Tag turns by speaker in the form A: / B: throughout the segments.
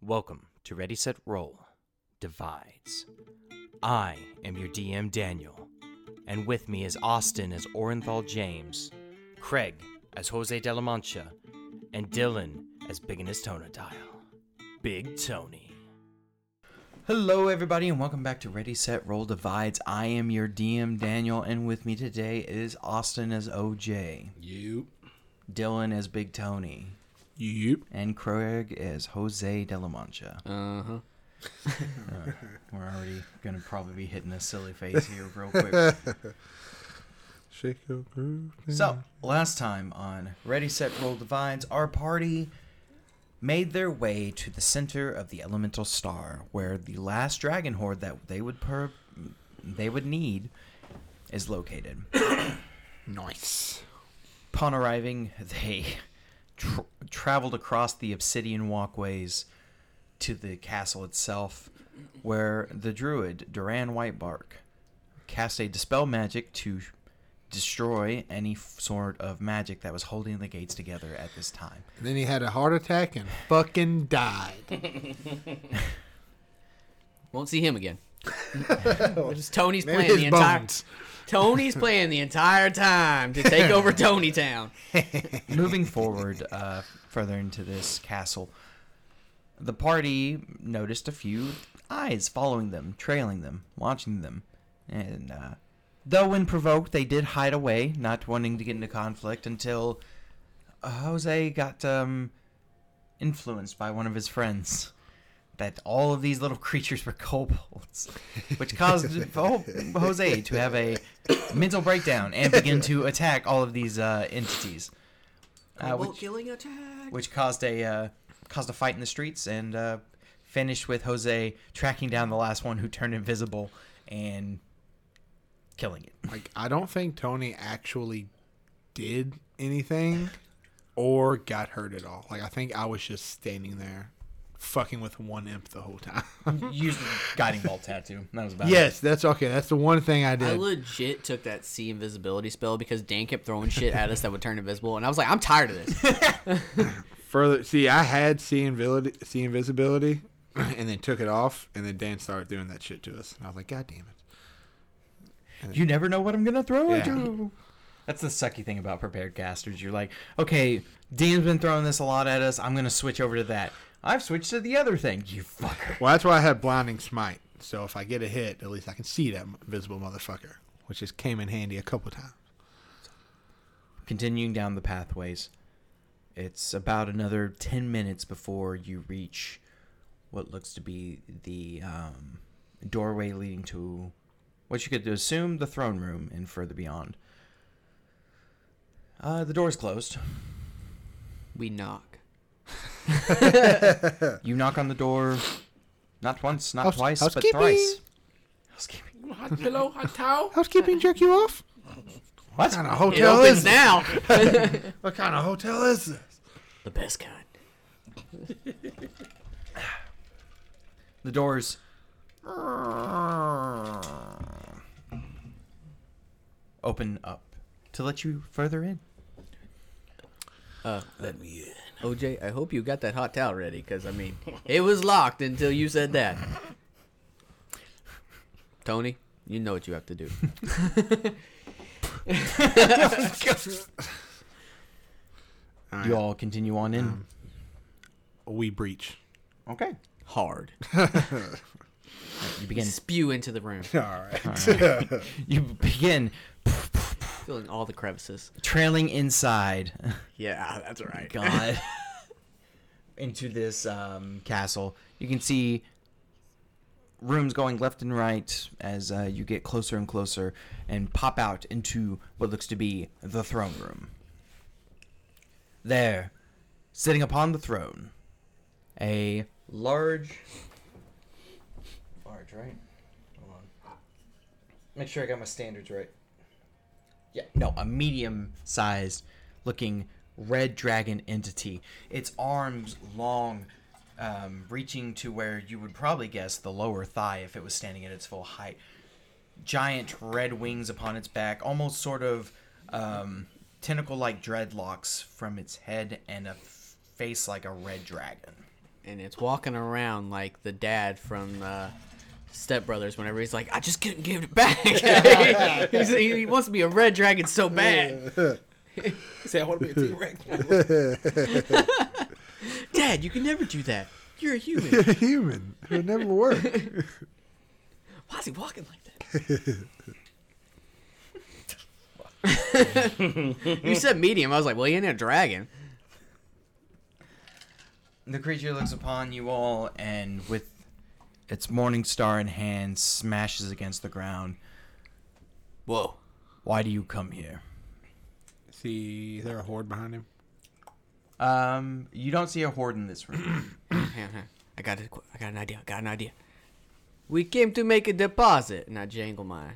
A: Welcome to Ready Set Roll Divides. I am your DM Daniel, and with me is Austin as Orenthal James, Craig as Jose de la Mancha, and Dylan as Big in his Tonadile. Big Tony. Hello, everybody, and welcome back to Ready Set Roll Divides. I am your DM Daniel, and with me today is Austin as OJ,
B: You.
A: Dylan as Big Tony,
B: Yep.
A: and Craig as Jose de la Mancha. Uh,
B: Uh huh.
A: We're already gonna probably be hitting a silly phase here real quick.
B: Shake your groove.
A: so last time on Ready Set Roll Divides, our party made their way to the center of the elemental star, where the last dragon horde that they would per they would need is located.
B: Nice.
A: Upon arriving, they tr- traveled across the obsidian walkways to the castle itself, where the druid Duran Whitebark cast a dispel magic to sh- destroy any f- sort of magic that was holding the gates together at this time.
B: And then he had a heart attack and fucking died.
C: Won't see him again. Which is Tony's
B: Maybe
C: plan
B: his
C: the entire
B: bones.
C: Tony's plan the entire time to take over Tony Town.
A: Moving forward uh, further into this castle, the party noticed a few eyes following them, trailing them, watching them. And uh, though when provoked, they did hide away, not wanting to get into conflict until uh, Jose got um, influenced by one of his friends. That all of these little creatures were kobolds, which caused Ho- Jose to have a mental breakdown and begin to attack all of these uh, entities. Uh, which-
C: killing attack.
A: which caused a uh, caused a fight in the streets and uh, finished with Jose tracking down the last one who turned invisible and killing it.
B: Like, I don't think Tony actually did anything or got hurt at all. Like, I think I was just standing there fucking with one imp the whole time.
A: Used the guiding bolt tattoo. That was about it.
B: yes, that's okay. That's the one thing I
C: I
B: did.
C: legit took that sea invisibility spell because Dan kept throwing shit at us that would turn invisible, and I was like, I'm tired of this.
B: Further, see, I had see invisibility, see invisibility, and then took it off, and then Dan started doing that shit to us, and I was like, God damn it.
A: You never know what I'm gonna throw at
B: Yeah.
A: you. That's the sucky thing about prepared casters. You're like, okay, Dan's been throwing this a lot at us. I'm gonna switch over to that. I've switched to the other thing. You fucker.
B: Well, that's why I had blinding smite. So if I get a hit, at least I can see that invisible motherfucker, which just came in handy a couple times.
A: continuing down the pathways. It's about another 10 minutes before you reach what looks to be the um, doorway leading to what you could assume the throne room and further beyond. Uh, the door's closed.
C: We knock.
A: You knock on the door not once, not
B: House-
A: twice, but
B: housekeeping.
A: thrice. Housekeeping.
C: Hello, hot towel.
B: Housekeeping jerk you off?
A: What?
B: What kind of
C: It
B: hotel
C: opens
B: is this?
C: now.
B: What kind of hotel is this?
C: the best kind.
A: The doors. Open up to let you further in.
C: Let me in. OJ, I hope you got that hot towel ready, because I mean, it was locked until you said that. Tony, you know what you have to do.
B: All
A: You
B: right, Um,
A: all continue on in.
B: we breach.
A: Okay.
C: Hard.
A: You begin.
C: Spew into the room,
B: All right.
A: You begin
C: filling all the crevices.
A: trailing inside.
C: Yeah, that's right.
A: God. Into this um, castle, you can see rooms going left and right as uh, you get closer and closer, and pop out into what looks to be the throne room. There, sitting upon the throne, a large, large, right? Hold on. Make sure I got my standards right. Yeah, no, a medium sized looking red dragon entity. Its arms long, um, reaching to where you would probably guess the lower thigh if it was standing at its full height. Giant red wings upon its back, almost sort of um, tentacle like dreadlocks from its head, and a f- face like a red dragon.
C: and it's walking around like the dad from uh, Step Brothers. Whenever he's like, "I just couldn't give it back," he's, he wants to be a red dragon so bad.
D: Say, I want to be a T Rex.
C: Dad, you can never do that. You're a human.
B: A human. It would never work.
C: Why is he walking like that? you said medium. I was like, well, he ain't a dragon.
A: The creature looks upon you all and, with its morning star in hand, smashes against the ground.
C: Whoa.
A: Why do you come here?
B: See, is there a horde behind him?
A: Um, you don't see a horde in this room.
C: Hang on, hang on. I got it. qu- I got an idea. I got an idea. We came to make a deposit, and I jangle my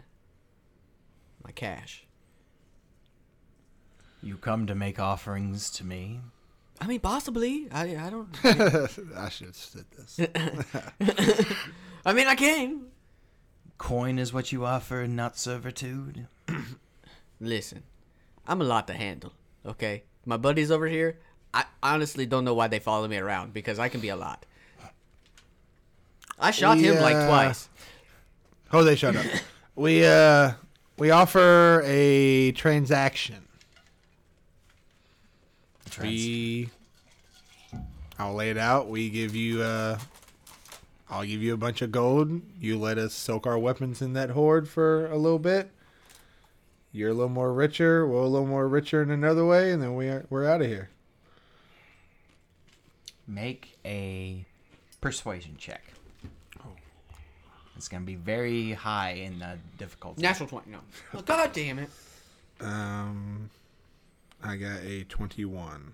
C: my cash.
A: you come to make offerings to me.
C: I mean, possibly. I I don't.
B: I should have said this.
C: I mean, I came.
A: Coin is what you offer, not servitude.
C: Listen, I'm a lot to handle. Okay, my buddies over here. I honestly don't know why they follow me around because I can be a lot. I shot him like
B: Yeah.
C: twice.
B: Jose, shut up. We uh, we offer a transaction. We, I'll lay it out. We give you uh, I'll give you a bunch of gold. You let us soak our weapons in that hoard for a little bit. You're a little more richer. We're a little more richer in another way, and then we are, we're out of here.
A: Make a persuasion check. It's gonna be very high in the difficulty.
C: Natural twenty. No. Well, God damn it.
B: Um, I got a twenty-one.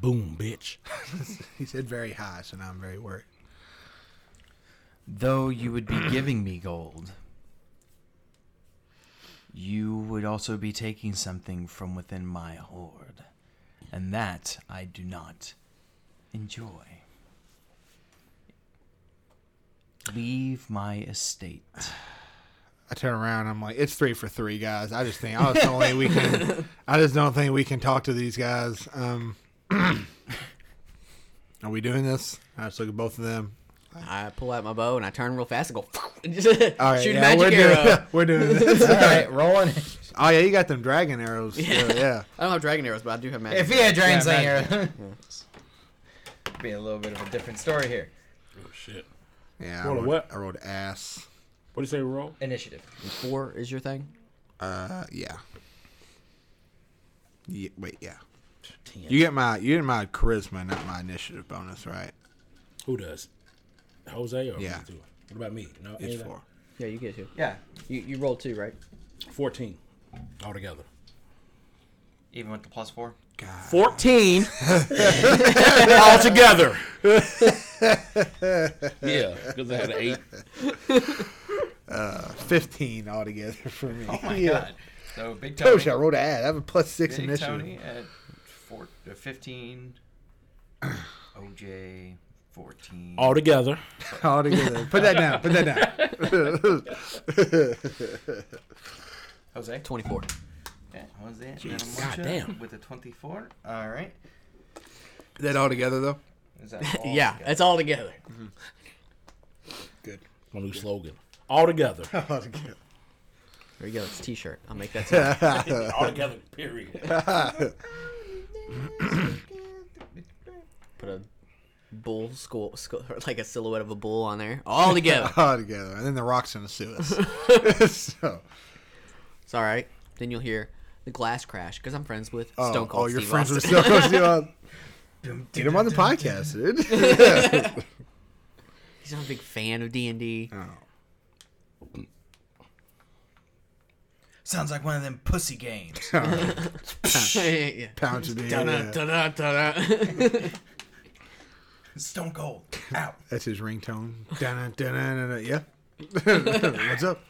D: Boom, bitch.
B: He said very high, so now I'm very worried.
A: Though you would be giving me gold, you would also be taking something from within my hoard, and that I do not enjoy. Leave my estate.
B: I turn around. I'm like, it's three for three, guys. I just think I just don't think we can. I just don't think we can talk to these guys. Um, are we doing this? I just look at both of them.
C: I pull out my bow and I turn real fast and go and just
B: All right,
C: shoot
B: yeah,
C: a magic
B: we're
C: arrow.
B: doing. we're doing this.
A: All right, rolling.
B: Oh yeah, you got them dragon arrows. Yeah, yeah.
C: I don't have dragon arrows, but I do have magic.
A: If he had dragon
B: Yeah,
A: slayer, be a little bit of a different story here.
D: Oh, shit.
B: yeah I
D: Roll a
B: rolled,
D: what?
B: I rolled ass.
D: What do you say, roll?
A: Initiative.
C: four is your thing.
B: Uh, yeah. yeah. Wait, yeah.
D: Ten.
B: You get my you get my charisma, not my initiative bonus, right?
D: Who does? Jose or
B: Yeah.
D: me too? What about me? No,
B: It's
D: ain't that-
B: four.
C: Yeah, you get two.
A: Yeah,
C: You you roll two, right?
D: Fourteen altogether.
A: even with the plus four.
B: God.
D: Fourteen altogether. yeah, because I had an eight.
B: Fifteen altogether for me. Oh
A: my god. So big Tony.
B: Coach, Oh, I rolled an ad. I have a plus six
A: big
B: initiative.
A: Tony at four, uh, 15. OJ 14.
D: Altogether.
B: All together. Put that down. Put that down.
A: Jose.
C: Twenty four.
A: Yeah, Jose. and
D: Jeez,
A: Mocha
D: goddamn.
A: With a 24. All right.
B: that all together though.
A: Is that all
C: Yeah,
A: together?
C: it's all together.
B: Good.
D: My new slogan. Altogether.
B: All together.
C: There you go. It's a T-shirt. I'll make that. sound.
D: Altogether. Period.
C: Put a bull skull, skull or like a silhouette of a bull on there. All together.
B: All together. And then the rocks gonna sue us. so,
C: it's all right. Then you'll hear the glass crash because I'm friends with
B: oh,
C: Stone Cold
B: oh, your
C: Steve
B: friends
C: Austin.
B: with Stone Cold Steve Austin. Get him on the podcast, dude.
C: He's not a big fan of D and D.
B: Oh.
A: Sounds like one of them pussy games.
C: Yeah.
B: Pound to me.
C: Da-da,
B: yeah.
C: da-da, da-da.
A: Stone Cold. Out.
B: That's his ringtone. Dun, dun, dun, dun, dun. Yeah. What's up?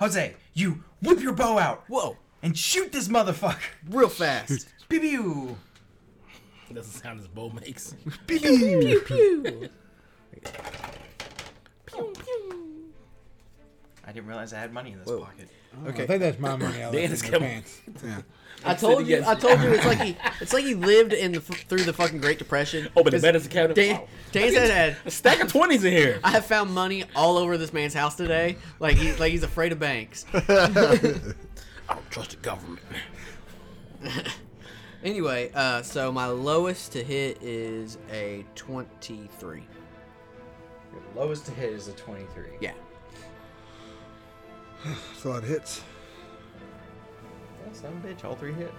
A: Jose, you whip your bow out
C: Whoa,
A: and shoot this motherfucker.
C: real fast.
A: Pew pew.
D: That's the sound his bow makes.
C: pew pew. Pew pew.
A: I didn't realize I had money in this pocket.
B: Okay.
E: I think that's my money. I left
D: Dan
E: in
D: is
E: their
D: coming.
E: pants.
B: Yeah.
C: I told you.
D: Yes.
C: I told you. It's like he. It's like he lived in the, f- through the fucking Great Depression.
D: Open Oh, the
C: 'Cause
D: medicine cabinet.
C: Dan,
D: Wow.
C: Dan said had.
D: A stack of twenties in here.
C: I have found money all over this man's house today. Like he, like he's afraid of banks.
D: I don't trust the government.
C: Anyway, uh, so my lowest to hit is a twenty-three.
A: Your lowest to hit is a 23.
C: Yeah.
B: That's a lot of hits.
A: Some bitch, all three hit.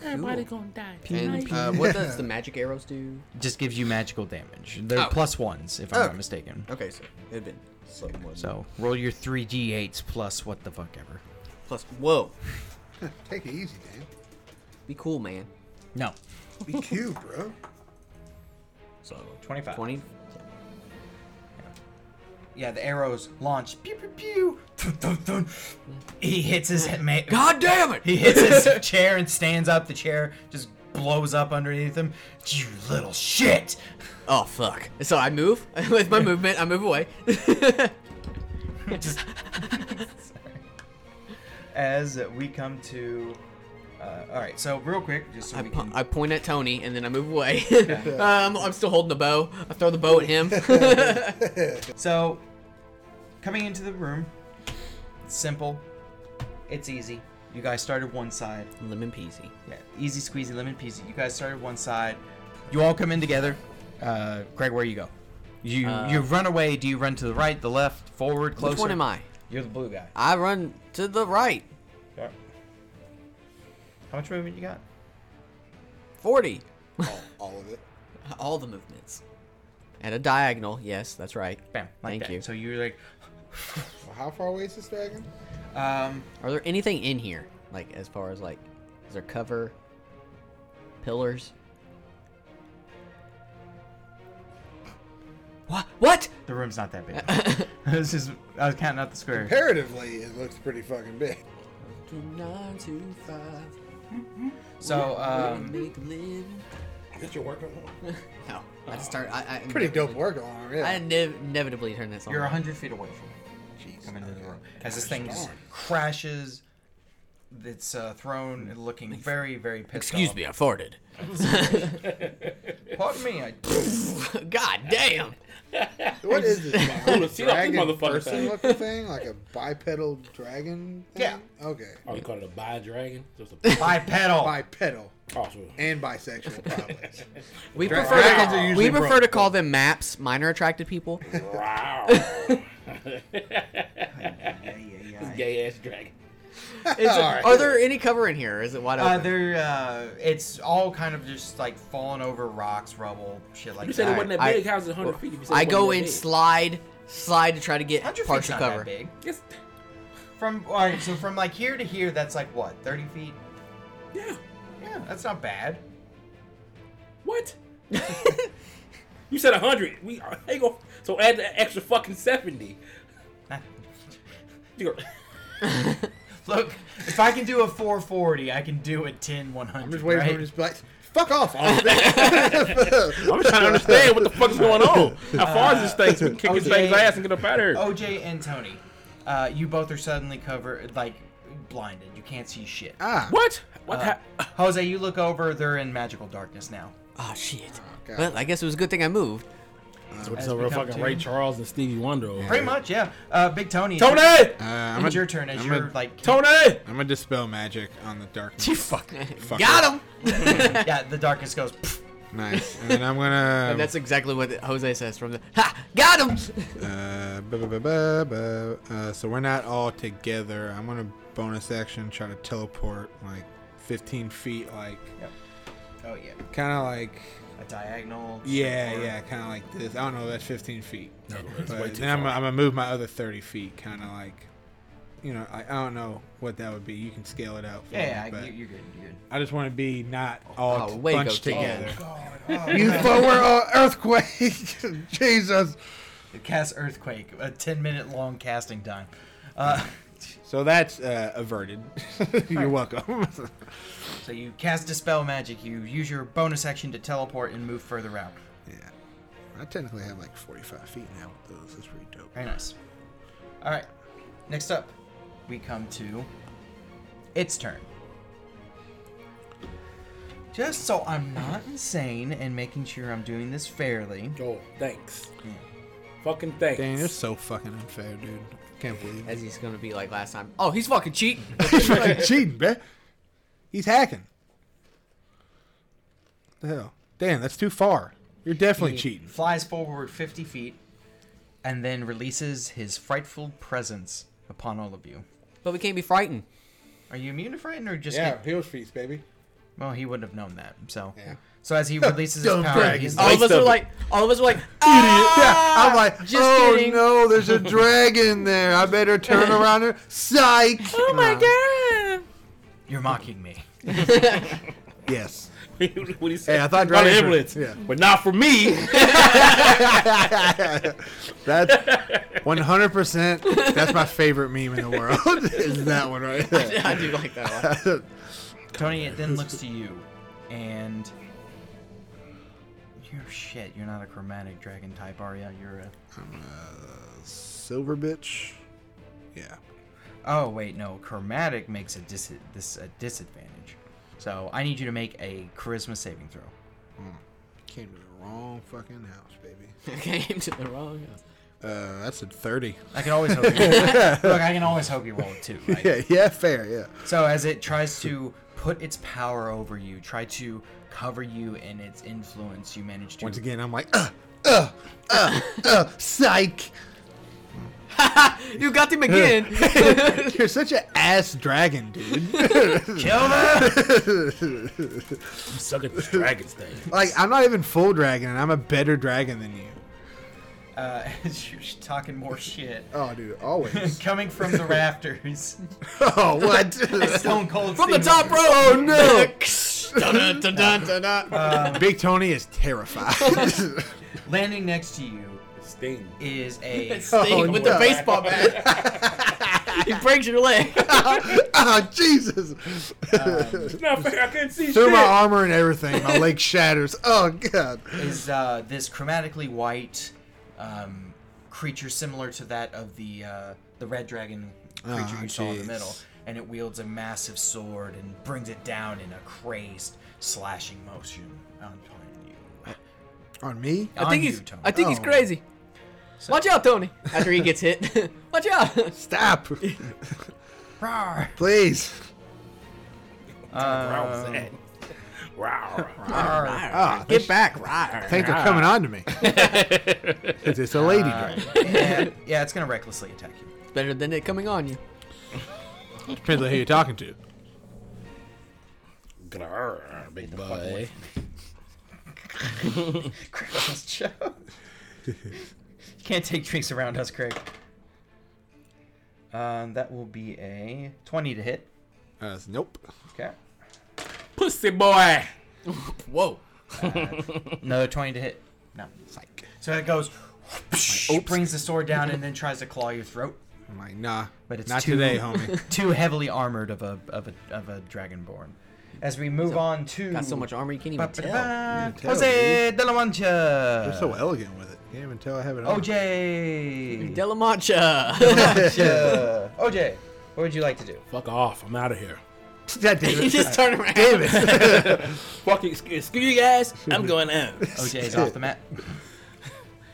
F: Everybody gonna die.
C: And uh, what does the magic arrows do?
A: Just gives you magical damage. They're
C: Oh.
A: plus ones, if I'm
C: Okay.
A: not mistaken.
C: Okay, so it'd been somewhat
A: So roll your three d8s plus what the fuck ever.
C: plus. Whoa,
B: Take it easy, Dan.
C: be cool, man.
A: No.
B: Be cute, bro.
C: So
A: 25.
C: twenty.
A: Yeah, the arrows launch. Pew pew pew. Thun, thun, thun. He hits his head. Ma-
C: God damn it!
A: He hits his chair and stands up. The chair just blows up underneath him. You little shit.
C: Oh fuck! So I move with my movement. I move away.
A: Just- As we come to. Uh, all right, so real quick, just so
C: I,
A: we
C: po-
A: can.
C: I point at Tony and then I move away. um, I'm still holding the bow. I throw the bow at him.
A: So, coming into the room, it's simple, it's easy. You guys started one side.
C: Lemon peasy.
A: Yeah, easy squeezy lemon peasy. You guys started one side. You all come in together. Uh, Craig, where you go? You you run away. Do you run to the right, the left, forward, closer?
C: Uh, Which one am I?
A: You're the blue guy.
C: I run to the right.
A: How much movement you got?
C: Forty.
B: All, all of it.
C: Uh, All the movements. At a diagonal. Yes, that's right.
A: Bam. Like
C: Thank
A: that.
C: you.
A: So you're like,
B: Well, how far away is this dragon?
A: um,
C: Are there anything in here? Like as far as like, is there cover? Pillars. What? What?
A: the room's not that big. this is I was counting out the squares.
B: Comparatively, it looks pretty fucking big.
C: Nine to five.
A: So
C: Gonna
A: um,
C: make a living.
B: Did you work on it?
C: No, I just start. I, I
B: Pretty dope work on it,
C: I
B: yeah.
C: inev- inevitably turn this on.
A: you're hundred feet away from me.
B: Jeez.
A: Come into the
B: okay.
A: room as this thing just
B: darn.
A: crashes. It's uh, thrown, looking very, very pissed
C: Excuse
A: off.
C: me, I farted.
A: Pardon me. I
C: God damn.
B: What is this? Like,
D: Ooh, let's see that
B: dragon
D: motherfucker
B: person
D: thing.
B: looking thing? Like a bipedal dragon thing?
A: Yeah.
B: Okay.
D: Oh, you call it a bi dragon? Just a
A: bipedal.
B: Bipedal
D: oh, sure.
B: and bisexual, probably.
C: We
A: Dra-
C: prefer to
B: dragons are
C: call, we
B: usually
C: prefer
B: broke.
C: to call them maps, minor attracted people.
D: Wow. Oh, Gay ass dragon.
C: Is there-
B: Alright.
C: Are there any cover in here? Or is it wide
A: Uh,
C: open?
A: they're, uh, it's all kind of just like falling over rocks, rubble, shit like
D: You said
A: that.
D: it wasn't that
C: I-
D: big. How's it 100 feet? If you said
C: I
D: it wasn't
C: go
D: that
C: in,
D: big?
C: slide, slide to try to get
A: 100 feet's
C: partial
A: not
C: cover.
A: that big.
D: Yes.
A: From all right, so from like here to here, that's like what, 30 feet?
D: Yeah.
A: Yeah, that's not bad.
D: What? you said 100. We are. Hey, go. So add the extra fucking 70. You go-
A: Look, if I can do a 440, I can do a 10 100.
B: I'm just waiting
A: right?
B: for him to just be like, fuck off. all of it."
D: I'm just trying to understand what the fuck is going on. How far is this thing? So we can kick his
A: okay. Oh,
D: thing's ass and get up out of here.
A: OJ and Tony, uh, you both are suddenly covered, like blinded. You can't see shit.
B: ah,
D: What?
A: Uh,
D: What? hap
A: Jose, you look over. They're in magical darkness now.
C: Oh shit.
B: God.
C: well, I guess it was a good thing I moved.
D: That's
A: As we
D: real
A: come
D: fucking
A: to-
D: Ray Charles and Stevie Wonder. over
A: Pretty
D: here.
A: much, yeah. Uh, Big Tony.
D: Tony!
B: Uh, I'm
A: It's
B: a-
A: your turn as
B: I'm
A: you're
B: a,
A: like.
D: Tony!
B: I'm gonna dispel magic on the darkness.
A: You fuck.
B: Fuck
C: Got
B: it.
C: him.
A: yeah, the darkness goes. "Pff."
B: Nice. And then I'm gonna.
C: And that's exactly what Jose says from the. Ha! Got him.
B: Uh, ba- ba- ba- ba- ba- uh, so we're not all together. I'm gonna bonus action try to teleport like 15 feet, like
A: Oh yeah,
B: kind of like
A: a diagonal.
B: yeah,
A: straightforward.
B: yeah, kind of like this. I don't know. That's 15 feet.
D: that's way
B: But
D: too
B: then I'm,
D: far.
B: I'm gonna move my other 30 feet, kind of like, you know, I, I don't know what that would be. You can scale it out. For me,
A: Yeah, yeah
B: but
A: you- you're good. You're good.
B: I just want to be not all
C: Oh, way go,
B: bunched
C: Dan.
B: together.
A: Oh,
B: You forward uh, earthquake, Jesus.
A: Cast earthquake, a ten minute long casting time. Uh,
B: So that's uh, averted. You're welcome.
A: so you cast dispel magic. You use your bonus action to teleport and move further out.
B: yeah. I technically have like 45 feet now with those. That's pretty dope.
A: Very nice. All right. Next up, we come to its turn. Just so I'm not insane and making sure I'm doing this fairly.
D: Oh, thanks. Fucking thanks.
B: Dang, you're so fucking unfair, dude. Can't believe
C: As he's gonna be like last time. Oh, he's fucking cheating.
B: He's fucking cheating, bruh. He's hacking. The hell? Damn, that's too far. You're definitely
A: He
B: cheating.
A: Flies forward 50 feet and then releases his frightful presence upon all of you.
C: but we can't be frightened.
A: Are you immune to frighten or just can't-
B: heel feast, baby.
A: Well, he wouldn't have known that. So,
B: Yeah.
A: so as he releases his
B: Dumb
A: power,
B: dragon.
A: he's
C: All of
B: Waste
C: us are
B: of it.
C: like, all of us are like,
B: Yeah,
C: ah!
B: I'm like,
C: just
B: oh
C: kidding."
B: no, there's a dragon there. I better turn around and psych.
C: Oh my god!
A: "You're mocking me."
B: Yes.
D: what he said.
B: Hey, I thought
D: About the
B: dragons.
D: amulets.
B: were- yeah.
D: But not for me.
B: That's 100. percent That's my favorite meme in the world. Is that one right there?
C: I do like that one.
A: Tony, it then looks to you, and you're shit. You're not a chromatic dragon type, are you? You're a.
B: Silver bitch. Yeah.
A: Oh wait, no. Chromatic makes a dis this a disadvantage. So I need you to make a charisma saving throw.
B: Came to the wrong fucking house, baby.
C: Came to the wrong house.
B: Uh, that's a 30.
A: I can always hope. You Look, I can always hope you roll a two. Right?
B: Yeah, yeah, fair, yeah.
A: So as it tries to put its power over you, try to cover you in its influence, you manage to.
B: Once again, I'm like, uh, uh, uh, uh, psych.
C: You got him again.
B: You're such an ass dragon, dude.
A: Kill them!
D: I'm sucking the dragon's thing.
B: Like, I'm not even full dragon, and I'm a better dragon than you.
A: Uh, you're talking more shit.
B: Oh, dude, always.
A: Coming from the rafters.
B: oh, what?
A: Stone Cold
C: From the
A: Steve
C: top row.
B: oh no!
C: Dun, dun, dun, dun, dun.
B: Big Tony is terrified.
A: Landing next to you
D: Sting.
A: is a
C: Sting
B: Oh,
C: with
B: no.
C: the baseball bat. he breaks your leg.
B: oh, Jesus!
D: It's not fair. I can't see
B: Uh, Through
D: shit.
B: my armor and everything, my leg shatters. Oh God!
A: is uh, this chromatically white um, creature similar to that of the uh, the red dragon creature
B: Ah,
A: you saw in the
B: jeez.
A: middle, and it wields a massive sword and brings it down in a crazed slashing motion on you.
B: On me?
C: I
A: On
C: think
A: you,
C: he's.
A: Tony.
C: I think he's
B: Oh.
C: crazy. Watch out, Tony. After he gets hit, watch out.
B: Stop!
A: Oh. Rawr.
B: Please.
A: Uh,
D: Wow.
A: rawr.
B: Ah,
C: Get back, right?
B: Think they're coming on to me. 'Cause it's a lady dragon.
A: And- yeah, it's gonna recklessly attack you.
C: Better than it coming on you.
B: Depends on who you're talking to.
D: Grrr, big boy.
A: Christmas Joe. Can't take drinks around us, Craig. Um, that will be a 20 to hit.
B: Uh, it's- nope.
A: Okay.
D: Pussy boy.
C: Whoa.
A: Another 20 to hit. No.
B: Psych.
A: So it goes, brings the sword down, and then tries to claw your throat.
B: I'm like, nah.
A: But it's
B: not
A: too-
B: today, homie.
A: Too heavily armored of a of a, of a dragonborn. As we move on to.
C: Got so much armor you can't even tell.
A: Ba-ba-da-ba.
B: tell,
A: Jose de la
B: You're
A: Mancha.
B: so elegant with it. Can't even tell I have
A: Oh,
B: it on.
A: OJ.
C: Delamancha.
A: Mancha. OJ, Uh, what would you like to do?
D: Fuck off. I'm out of here.
B: God damn
C: he
B: it.
C: just turned around.
B: Damn it.
D: Fuck it. Excuse excuse you guys. I'm going out.
A: OJ is off the mat.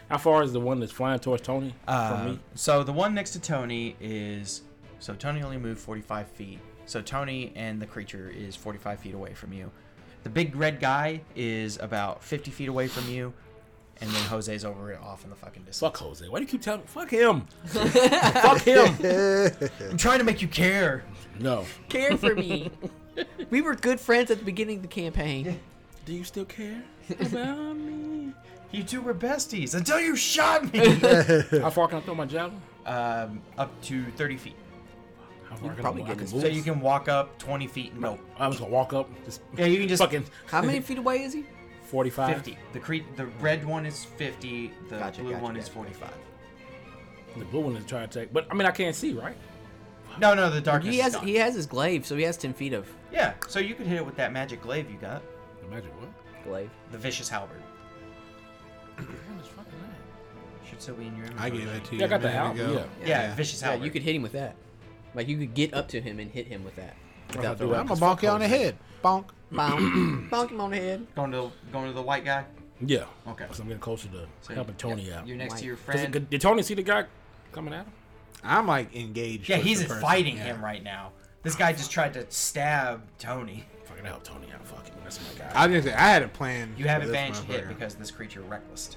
D: How far is the one that's flying towards Tony from
A: Uh,
D: me?
A: so the one next to Tony is so Tony only moved 45 feet. So Tony and the creature is 45 feet away from you. The big red guy is about 50 feet away from you, and then Jose's over it off in the fucking distance.
D: Fuck Jose. Why do you keep telling Fuck him. Fuck him.
A: I'm trying to make you care.
D: No.
C: Care for me. We were good friends at the beginning of the campaign.
D: Do you still care about me?
A: You two were besties until you shot me.
D: How far can I throw my javelin?
A: um, up to 30 feet,
D: How far can
C: probably
D: I,
C: get
D: I can
C: this-
D: move?
A: so you can walk up 20 feet and go.
D: I'm just gonna walk up. Just
A: Yeah, you can just
D: fucking
C: How many feet away is he?
D: 45.
A: 50. The cre- the red one is 50. The
C: Gotcha,
A: blue
C: gotcha,
A: one is
C: gotcha.
A: 45.
D: The blue one is trying to take. But I mean, I can't see, right?
A: No, no, the darkness.
C: He
A: is
C: has
A: gone.
C: he has his glaive, so he has ten feet of
A: Yeah, so you could hit it with that magic glaive you got.
D: Imagine what?
C: glaive.
A: The vicious halberd.
F: Where is fucking that?
A: Should still be in your
B: I
A: inventory.
B: gave it to you.
D: Yeah, I got
B: a
D: the
B: minute
D: album,
B: ago.
A: Yeah,
B: Yeah.
A: vicious
C: Yeah,
A: Howard.
C: you could hit him with that. Like you could get up to him and hit him with that. Without
B: Dude,
C: throwing
B: I'm
C: him.
B: gonna bonk you on the head. Bonk.
C: bonk, bonk him on the head.
A: going to going to the white guy.
D: Yeah.
A: Okay.
D: Because I'm getting closer to
A: So
D: helping Tony out.
A: You're next
C: White.
A: to your
D: 'Cause it-
A: friend.
D: did Tony see the guy coming at him?
B: I'm like engaged.
A: Yeah,
B: with
A: he's
B: the person.
A: fighting
B: Yeah.
A: him right now. This guy just tried to stab Tony.
D: Fucking help Tony out. Fuck it. That's my guy.
B: I was gonna say I had a plan.
A: You have
B: for this
A: advantage to hit
B: motherfucker.
A: because this creature reckless.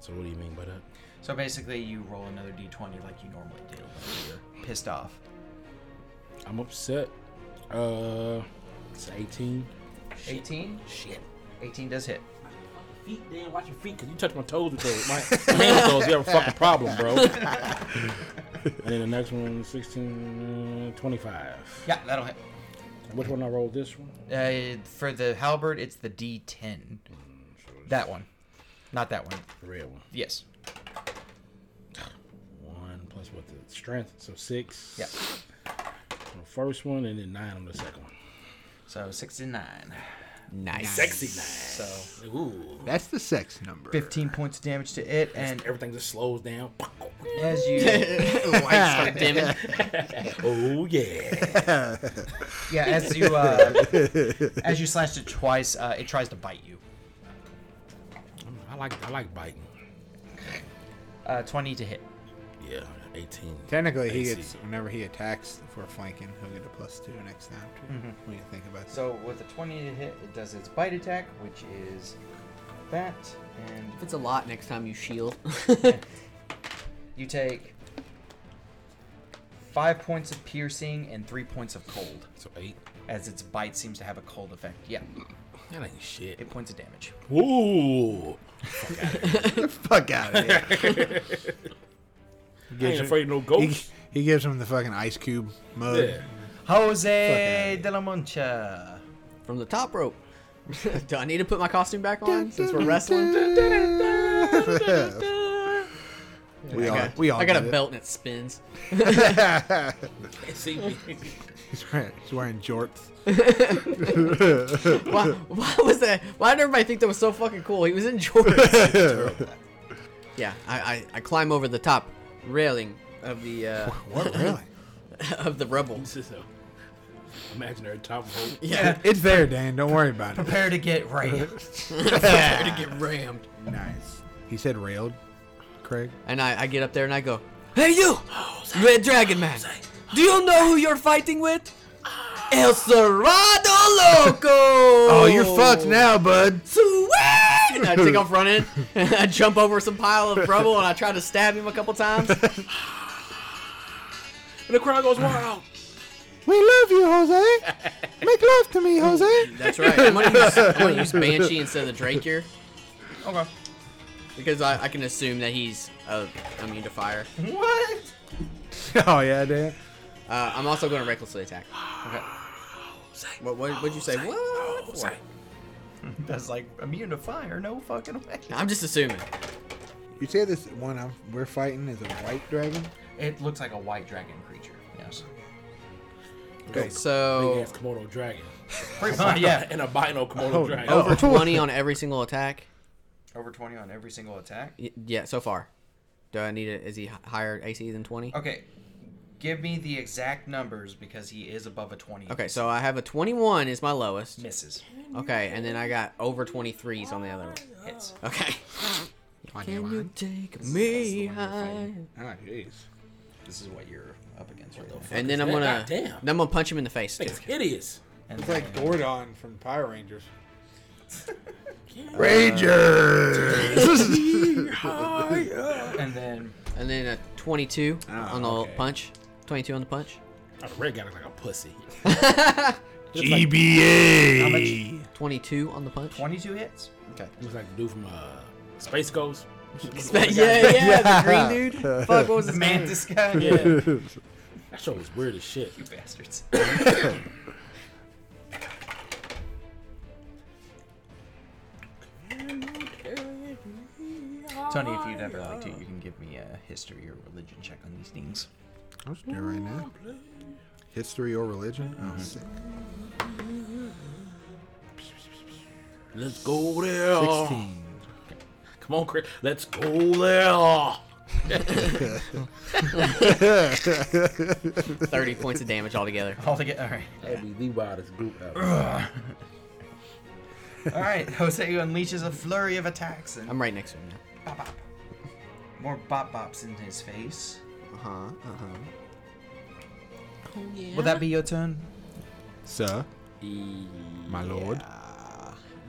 D: so what do you mean by that?
A: So basically, you roll another d20 like you normally do. when You're pissed off.
D: I'm upset. Uh, it's 18.
A: 18.
D: Shit.
A: 18 does hit.
D: Feet, damn, watch your feet, cause you touch my toes with those. My, my hands toes, you have a fucking problem, bro. and then the next one, 16, uh, 25.
A: Yeah, that'll hit.
D: Which one I rolled this one?
A: Uh, for the halberd, it's the d10. That one, not that one.
D: The red one.
A: Yes.
D: One plus what the strength, so six.
A: Yeah.
D: On the first one, and then nine on the second one.
A: So 69.
C: Nice.
A: So
D: Ooh.
B: that's the sex number.
A: 15 points of damage to it, and
D: Everything just slows down.
A: as you
C: Lights start dimming.
D: Oh yeah.
A: yeah as you uh, as you slashed it twice, uh, it tries to bite you.
D: I like I like biting.
A: Uh, 20 to hit.
D: Yeah, 18.
B: Technically, he
D: AC.
B: gets whenever he attacks for flanking, he'll get a plus two next time too.
A: Mm-hmm.
B: When you think about it,
A: So with a 20 to hit, it does its bite attack, which is that, and
C: If it's a lot, next time you shield.
A: you take five points of piercing and three points of cold,
D: So eight.
A: as its bite seems to have a cold effect. Yeah,
D: That ain't shit.
A: eight points of damage.
D: Ooh.
B: fuck out of here.
D: I ain't afraid of no
B: he,
D: ghosts.
B: he gives him the fucking ice cube mug.
D: Yeah.
A: Jose de la Mancha.
C: From the top rope. Do I need to put my costume back on since we're wrestling?
B: we
C: I
B: all,
C: got,
B: we all.
C: I got a
B: did it.
C: belt and it spins.
D: See me.
B: He's wearing, he's wearing jorts.
C: Why, why was that? Why did everybody think that was so fucking cool? He was in Jordan. yeah, I, I, I climb over the top railing of the uh,
B: What really?
C: of the rubble.
D: This is a imaginary top rope.
C: Yeah,
B: It's there, Dan. Don't worry about it.
A: Prepare to get rammed.
C: prepare to get rammed.
B: Nice. He said railed, Craig.
C: And I, I get up there and I go, Hey you, Red Dragon Man, do you know who you're fighting with? El Cerrado Loco.
B: Ah. Oh, you're fucked now, bud.
C: Sweet! And I take off running. and I jump over some pile of rubble and I try to stab him a couple times.
D: And the crowd goes wild.
B: We love you, Jose. Make love to me, Jose.
C: That's right. I'm gonna use, I'm gonna use Banshee instead of Drake here
A: okay.
C: because I, I can assume that he's uh, immune to fire.
A: What?
B: Oh yeah, Dan.
C: Uh, I'm also going to recklessly attack.
A: Okay.
C: What what what'd you say? What? for?
A: That's like immune to fire. No fucking way.
C: I'm just assuming.
B: You say this one I'm, we're fighting is a white dragon.
A: It looks like a white dragon creature. Yes.
B: Okay.
C: So
D: Big ass Komodo dragon.
A: Pretty much. Yeah.
D: An albino Komodo
B: Oh,
D: dragon.
B: oh.
C: over 20 on every single attack.
A: Over 20 on every single attack.
C: Y- yeah, so far. Do I need it? Is he h- higher AC than 20?
A: Okay. Give me the exact numbers because he is above a 20.
C: Okay, so I have a 21 is my lowest.
A: Misses.
C: Okay, and then I got over 23s on the other one.
A: Hits.
C: Okay.
B: On your
C: Can you
B: line.
C: take
A: that's the
C: me
A: one you're
C: high?
A: fighting.
B: Ah, jeez.
A: This is what you're up against right now.
C: And then I'm
D: that?
C: gonna,
D: Goddamn.
C: then I'm gonna punch him in the face.
D: It's hideous.
A: And
B: It's like
A: then-
B: Gordon from Power Rangers. Rangers.
A: and then
C: And then a 22
B: Ah,
C: on the
B: okay.
C: punch. 22 on the punch.
D: Oh, the red guy looks like a pussy.
B: E
A: how much?
C: 22 on the punch.
A: 22 hits. Okay.
D: Looks like the dude from uh, Space Ghost.
C: yeah, yeah, yeah, the green dude. Fuck, what was
A: The
C: his name?
A: mantis guy.
D: Yeah. that show was weird as shit.
A: You bastards. Tony, if you'd ever like to, you can give me a history or religion check on these things.
B: I'm just doing right now. History or religion? Oh, sick.
D: Let's go there.
B: 16.
D: Come Come on, Chris. Let's go there.
C: 30 points of damage altogether.
A: All together. All right.
D: That'd be the wildest group ever.
A: All right. Jose unleashes a flurry of attacks and
C: I'm right next to him now.
A: bop, bop. more bop bops in his face.
C: Uh huh. Uh huh.
F: Oh, yeah.
A: Will that be your turn?
B: Sir, my lord.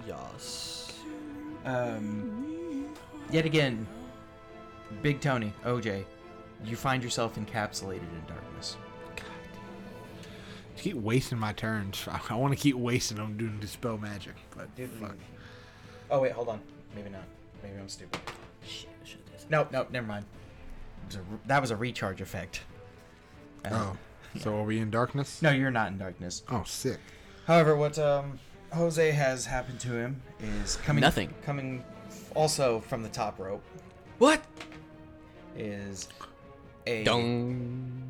C: Yes.
A: Um, yet again, Big Tony, OJ, you find yourself encapsulated in darkness.
B: Keep wasting my turns. I, I want to keep wasting them doing dispel magic, but fuck.
A: Oh wait, hold on. Maybe not. Maybe I'm stupid. Nope, nope, never mind. It was a re- that was a recharge effect. Uh,
B: Oh, so are we in darkness?
A: No, you're not in darkness.
B: Oh, sick.
A: However, what um, Jose has happened to him is coming
C: Nothing.
A: coming f- also from the top rope
C: What?
A: is a
C: Dung.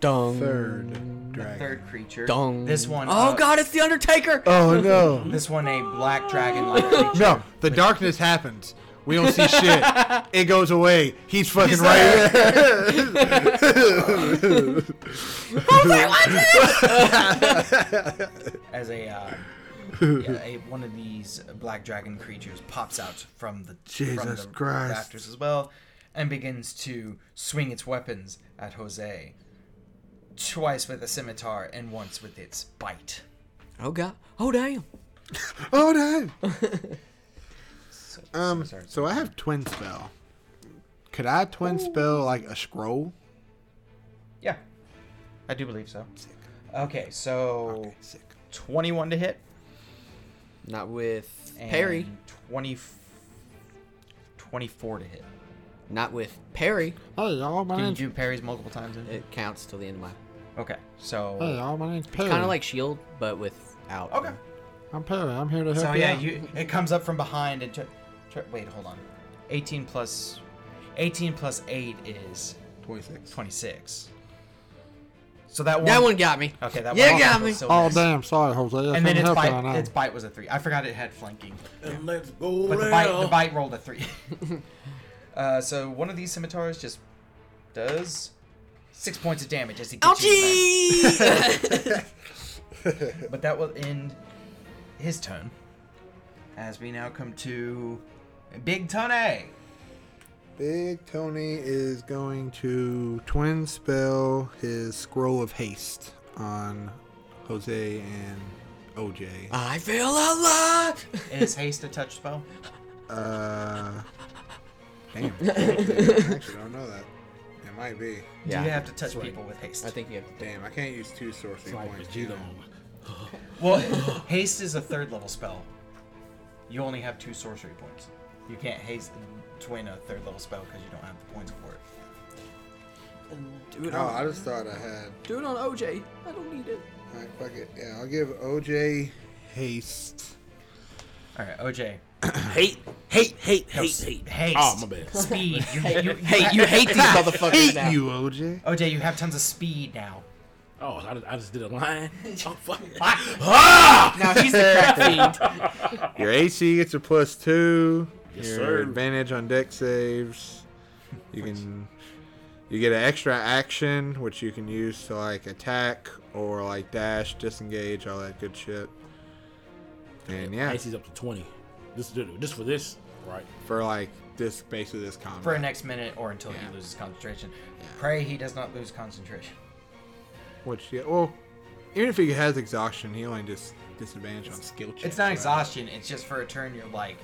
C: Dung.
B: Third dragon.
A: third creature.
C: Dung.
A: This one.
C: Oh
A: uh,
C: god, it's the Undertaker.
B: Oh no.
A: This one a black dragon like creature.
B: No, the darkness happens. We don't see shit. It goes away. He's fucking
A: He's
B: right there.
A: as a uh, yeah, a, one of these black dragon creatures pops out from the from
B: Jesus
A: the
B: Christ.
A: rafters as well, and begins to swing its weapons at Jose, twice with a scimitar and once with its bite.
C: Oh god. Oh damn.
B: Oh no.
A: So-
B: Um,
A: sorry.
B: so I have twin spell. Could I twin spell like a scroll?
A: yeah, I do believe so. Okay, so
B: Okay, sick.
A: twenty-one to hit,
C: Not with
A: and
C: Perry.
A: 20, 24 to hit.
C: Not with Perry.
B: Hey y'all, my
A: Can you
B: name's
A: do parries multiple times? In?
C: It counts till the end of my.
A: Okay, so
C: Oh,
B: Hey y'all, my name's Perry.
C: Kind of like Shield, E but without.
A: okay.
B: I'm Perry. I'm here to help
A: So
B: you.
A: yeah,
B: out.
A: you it comes up from behind and tr- tr- wait, hold on. 18 plus 18 plus 8 is
B: 26.
A: 26. So that one
C: That one got me.
A: Okay, that
C: yeah,
A: one
C: got me.
A: still
B: Oh
A: missed.
B: damn, sorry Jose. I
A: And then
B: couldn't
A: its
B: help you on
A: bite,
B: that
A: its
B: one.
A: bite was a 3. I forgot it had flanking.
D: And let's go
A: But
D: there.
A: the bite the bite rolled a 3. uh, so one of these scimitars just does 6 points of damage as he gets you in the
C: Ouchie!
A: back. But that will end his turn. As we now come to Big Tony.
B: Big Tony is going to twin spell his scroll of haste on Jose and OJ.
C: I feel alive.
A: Is haste a touch spell?
B: Uh, damn. I actually don't know that. It might be.
A: Do you have to touch people with haste?
C: I think you have to.
B: Damn, I can't use two sorcery
D: Like
B: points.
D: Vegeta.
A: Well, haste is a third level spell. You only have two sorcery points. You can't haste twin a third level spell because you don't have the points for it.
C: Do it
B: Oh,
C: on.
B: I just thought I had.
C: Do it on OJ. I don't need it.
B: Alright, fuck it. Yeah, I'll give OJ haste.
A: All right, OJ.
D: Hate, hate, hate,
A: No,
D: hate,
A: s-
D: hate.
A: Haste.
D: Oh, my bad.
A: Speed. You, you,
C: Hey, you hate these motherfuckers now.
B: You, OJ.
A: OJ, you have tons of speed now.
D: Oh, I, I just did a line. Oh, fuck.
C: Now he's the crack fiend.
B: Your AC gets a plus two.
D: Yes,
B: your
D: sir.
B: advantage on deck saves. You can you get an extra action which you can use to like attack or like dash, disengage, all that good shit. And yeah,
D: Icy's up to 20. This is just for this. Right.
B: for like this basically this combat.
A: For an next minute or until
B: Yeah.
A: he loses concentration. Pray he does not lose concentration.
B: which yeah, well, even if he has exhaustion, he only just disadvantage on skill checks.
A: It's not
B: right?
A: exhaustion. It's just for a turn you're like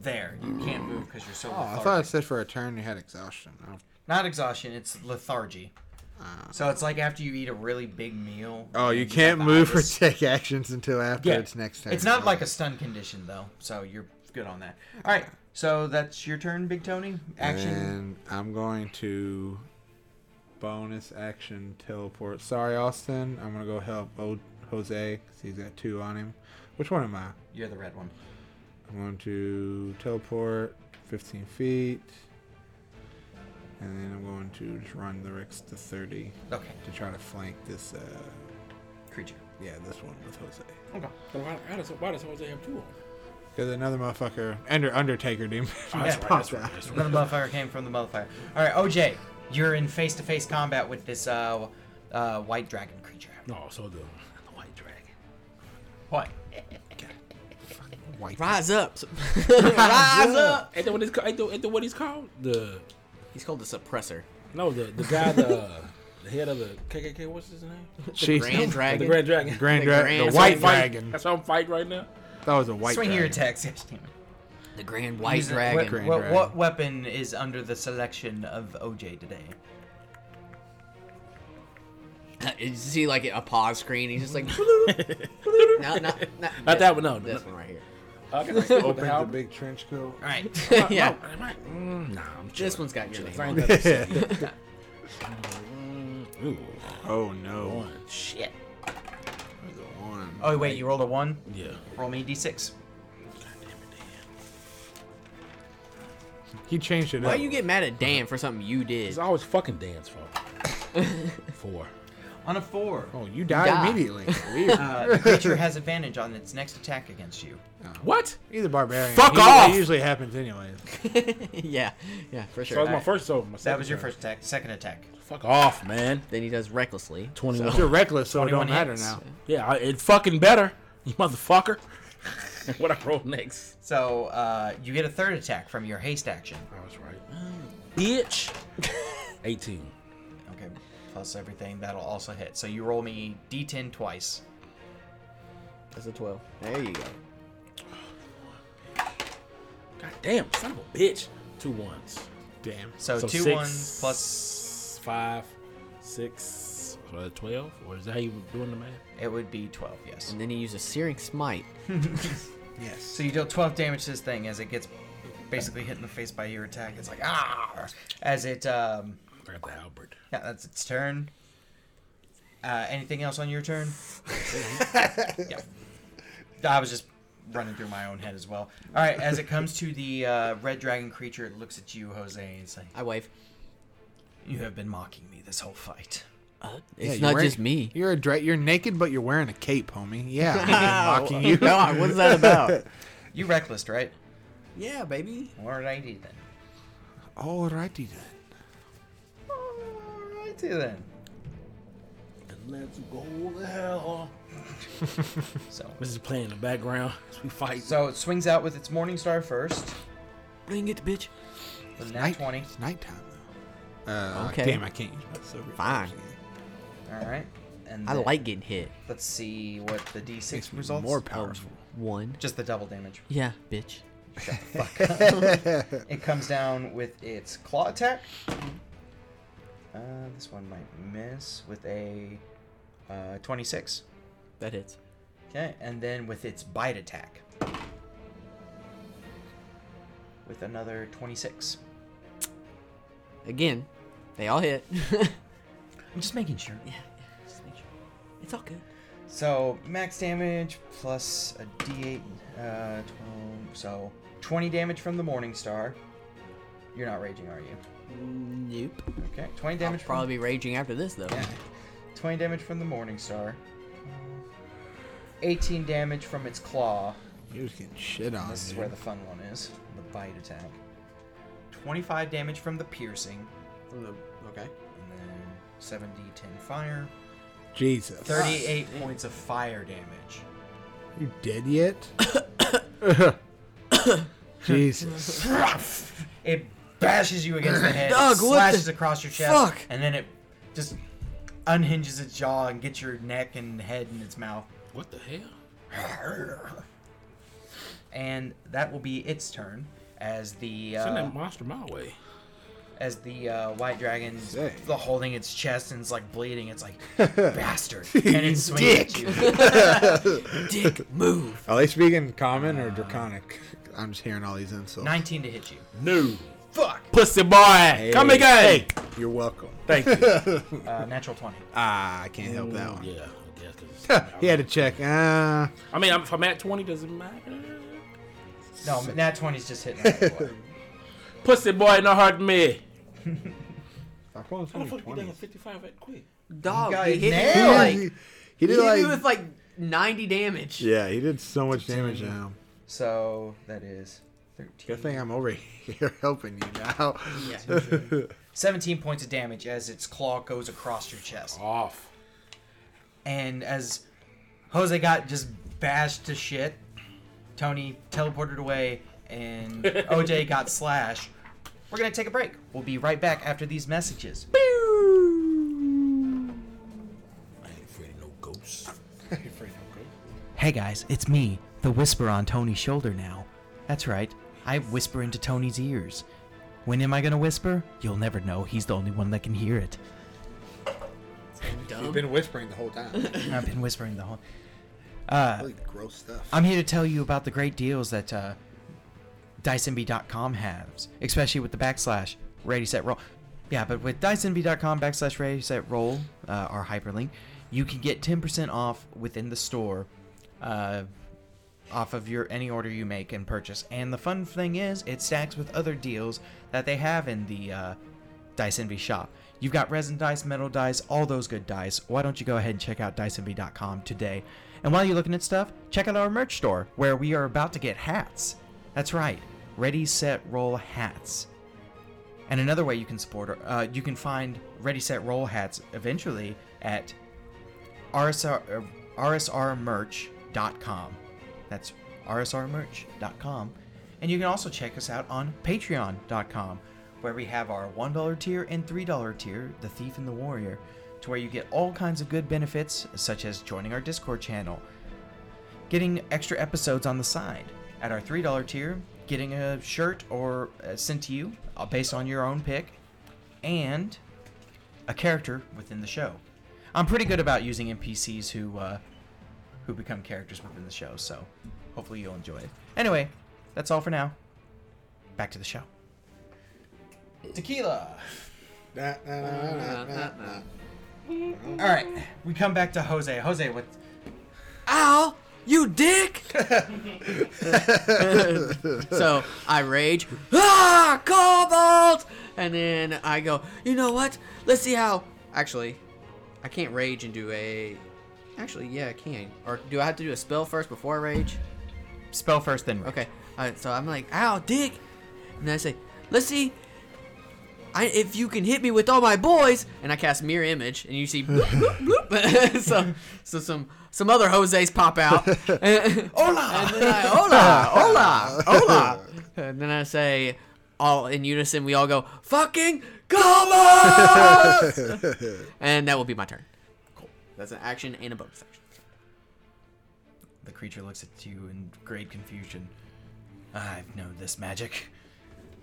A: there. You can't move because you're so
B: Oh, I
A: lethargic.
B: thought it said for a turn you had exhaustion. Oh,
A: Not exhaustion. It's lethargy.
D: Ah.
A: So it's like after you eat a really big meal.
B: Oh,
A: and
B: you
A: got
B: can't
A: the
B: move or
A: itis.
B: take actions until after
A: Yeah.
B: its next turn. Oh.
A: It's not like
B: Okay.
A: a stun condition though, so you're good on that. All right, so that's your turn, Big Tony. Action.
B: And I'm going to bonus action teleport. Sorry, Austin. I'm going to go help o- Jose because he's got two on him. Which one am I?
A: You're the red one.
B: I'm going to teleport 15 feet. And then I'm going to just run the Rex to 30
A: Okay,
B: to try to flank this, uh,
A: creature.
B: yeah, this one with Jose.
A: Okay.
D: Why, why does, why does Jose have two on?
B: Because another motherfucker, Under Undertaker demon,
D: that's right,
B: popped
D: that's right,
B: out.
D: that's right.
A: Another motherfucker came from the motherfucker. All right, OJ, you're in face-to-face combat with this uh, uh, white dragon creature.
D: No, so the, the white dragon.
A: What?
C: Rise up. Rise up.
D: Ain't that what he's called? Ain't that- ain't that what he's called? The
C: He's called the suppressor.
D: no, the the guy, the, uh, the head of the KKK. What's his name?
B: She's-
C: Grand dragon.
D: The Grand Dragon.
B: Grand
C: The
B: Dra-
C: Grand-
B: the White
D: That's how I'm fighting-
B: Dragon.
D: That's how I'm fighting right now.
B: That was a white
A: Swing your
B: dragon.
A: attacks. Yes, damn it.
C: the grand white
A: Use it-
C: dragon.
A: What,
B: Grand
A: what,
B: dragon.
A: what weapon is under the selection of OJ today?
C: you see like a pause screen. He's just like, no, no, no,
D: Not that one, no.
C: This one right here.
D: I can still
B: Open
D: open
B: the
D: out.
B: big trench coat.
A: All right.
C: yeah,
D: Mm, Nah, I'm
C: this one's got your name.
D: I
C: on
D: ain't
C: it.
D: got to say it. Ooh,
B: Oh no.
D: one. Shit.
B: There's a one.
A: Oh wait, you rolled a one.
D: Yeah.
A: Roll me a d6.
B: He changed it
C: Why
B: up.
C: you get mad at Dan for something you did?
D: It's always fucking dance for. Four.
A: On a four,
B: oh, you died
C: Die.
B: immediately. Weird.
A: uh, the creature has advantage on its next attack against you.
D: What?
B: He's a barbarian.
D: Fuck
B: He-
D: off!
B: It usually happens anyways.
C: yeah, yeah, for sure.
D: That was my
C: Alright.
D: first over. My
A: That was
D: second
A: your
D: time.
A: first attack. Second attack.
D: Fuck off, man.
C: Then he does recklessly.
D: 21.
B: You're reckless, so it don't
A: 21
B: matter
A: hits.
B: now.
D: Yeah, I, it fucking better, you motherfucker. what I roll next?
A: So uh, you get a third attack from your haste action.
D: I was right. Bitch. 18.
A: Okay, plus everything that'll also hit. So you roll me d10 twice.
C: That's a twelve. There you go.
D: God damn, son of a bitch. Two ones.
B: Damn.
A: So, two
D: six,
A: ones plus
D: Five, six, uh, 12? Or is that how you doing the math?
A: it would be 12. Yes.
C: And then he uses searing smite.
B: Yes.
A: So you deal 12 damage to this thing as it gets basically hit in the face by your attack. It's like ah, as it um,
D: I got the Albert.
A: yeah, that's its turn. Uh, anything else on your turn? yeah. I was just running through my own head as well. All right, as it comes to the uh, red dragon creature, it looks at you, Jose, and it's like,
C: I wave.
A: "You have been mocking me this whole fight."
B: Yeah,
C: It's
B: you're
C: not
B: wearing-
C: just me.
B: You're a dra- You're naked, but you're wearing a cape, homie. Yeah. I'm mocking you.
C: God, what's that about?
A: You reckless, right?
C: yeah, baby.
A: Alrighty then.
B: Alrighty then.
A: Alrighty then.
D: Let's go to hell.
A: So,
D: This is playing in the background as we fight.
A: so it swings out with its morning star first.
C: Bring it, bitch.
A: The nat
B: Night-
A: twenty.
B: It's nighttime though. Uh,
C: Okay.
B: Damn, I can't use my silver.
C: Fine.
A: All right. And
C: I
A: then-
C: like getting hit.
A: Let's see what the
B: Makes
A: d6
B: me
A: results.
B: more powerful.
C: One.
A: Just the double damage.
C: Yeah, bitch.
A: It comes down with its claw attack. Uh, this one might miss with a uh, 26.
C: That hits.
A: Okay, and then with its bite attack. With another 26.
C: Again, they all hit.
A: I'm just making sure.
C: Yeah, yeah. Just make sure. It's all good.
A: So max damage plus a d8, uh, 12, so 20 damage from the Morning Star. You're not raging, are you?
C: Nope.
A: Okay, 20
C: I'll
A: damage.
C: probably be raging after this though.
A: From, yeah, 20 damage from the Morning Star. 18 damage from its claw.
B: He was getting shit on.
A: This is
B: dude.
A: where the fun one is, the bite attack. 25 damage from the piercing,
C: Okay.
A: and then 7d10 fire.
B: Jesus.
A: 38 points of fire damage.
B: You dead yet? Jesus.
A: It bashes you against the head,
C: Doug, what
A: slashes
C: the-
A: across your chest,
C: Fuck.
A: and then it just unhinges its jaw and gets your neck and head in its mouth.
D: What the hell?
A: And that will be its turn as the
D: Send
A: uh,
D: that monster my way.
A: as the uh, white dragon is
B: Say.
A: holding its chest and it's like bleeding. It's like bastard, and it swings at you.
C: Dick, move.
B: Are they speaking common or draconic? I'm just hearing all these insults.
A: Nineteen to hit you.
D: No.
A: Fuck.
D: Pussy boy. Come again.
B: You're welcome.
D: Thank you.
A: Uh, natural twenty.
B: Ah, I can't help that one.
D: yeah, I guess. 'cause-
B: he had to check. Ah,
D: I mean, I'm- if I'm at 20, does it matter?
A: No, nat twenty's just hitting. no matter what.
D: Pussy boy, no hurt me.
B: Stop rolling so many 20s.
D: 55 at quick?
C: Dog,
A: got
C: he
A: it
C: hit you
A: nailed.
C: like
B: he,
C: he
B: did
C: hit you
B: like,
C: with like 90 damage.
B: yeah, he did so much damage to him.
A: So that is 13.
B: Good thing I'm over here helping you now.
C: Yeah.
A: 17 points of damage as its claw goes across your chest.
D: Off.
A: And as Jose got just bashed to shit, Tony teleported away, and OJ got slashed. We're going to take a break. We'll be right back after these messages.
D: I ain't afraid of no ghosts.
A: Hey guys, it's me, the whisper on Tony's shoulder now. That's right, I whisper into Tony's ears. When am I gonna whisper? You'll never know, he's the only one that can hear it.
B: You've
C: Dumb.
B: been whispering the whole time.
A: I've been whispering the whole.
B: really gross stuff.
A: I'm here to tell you about the great deals that uh, DiceNB.com has, especially with the backslash ready set roll. Yeah, but with DiceNB.com backslash ready set roll, uh, our hyperlink, you can get 10% off within the store, uh, off of your any order you make and purchase. And the fun thing is, it stacks with other deals that they have in the uh, Dice Envy shop. You've got resin dice, metal dice, all those good dice. Why don't you go ahead and check out diceenvy.com today? And while you're looking at stuff, check out our merch store where we are about to get hats. That's right, ready, set, roll hats. And another way you can support, uh, you can find ready, set, roll hats eventually at RSR, uh, rsrmerch.com. That's rsrmerch.com. And you can also check us out on patreon.com, where we have our $1 tier and $3 tier, The Thief and the Warrior, to where you get all kinds of good benefits, such as joining our Discord channel, getting extra episodes on the side. At our $3 tier, getting a shirt or uh, sent to you uh, based on your own pick, and a character within the show. I'm pretty good about using NPCs who uh, who become characters within the show, so hopefully you'll enjoy it. Anyway, that's all for now. Back to the show. Tequila.
B: Nah, nah, nah, nah, nah.
A: All right, we come back to Jose. Jose, what?
C: Ow! You dick! so I rage, ah, cobalt! And then I go, you know what? Let's see how. Actually, I can't rage and do a. Actually, yeah, I can. Or do I have to do a spell first before I rage?
A: Spell first, then.
C: Okay. All right, so I'm like, ow, dick. And then I say, let's see. I, if you can hit me with all my boys, and I cast mirror image, and you see, bloop, bloop, bloop. so, so some some other Jose's pop out.
A: Hola.
C: And then I, hola, hola, hola. And then I say, all in unison, we all go, fucking Gobos! and that will be my turn. Cool. That's an action and a bonus action.
A: The creature looks at you in great confusion. I've known this magic.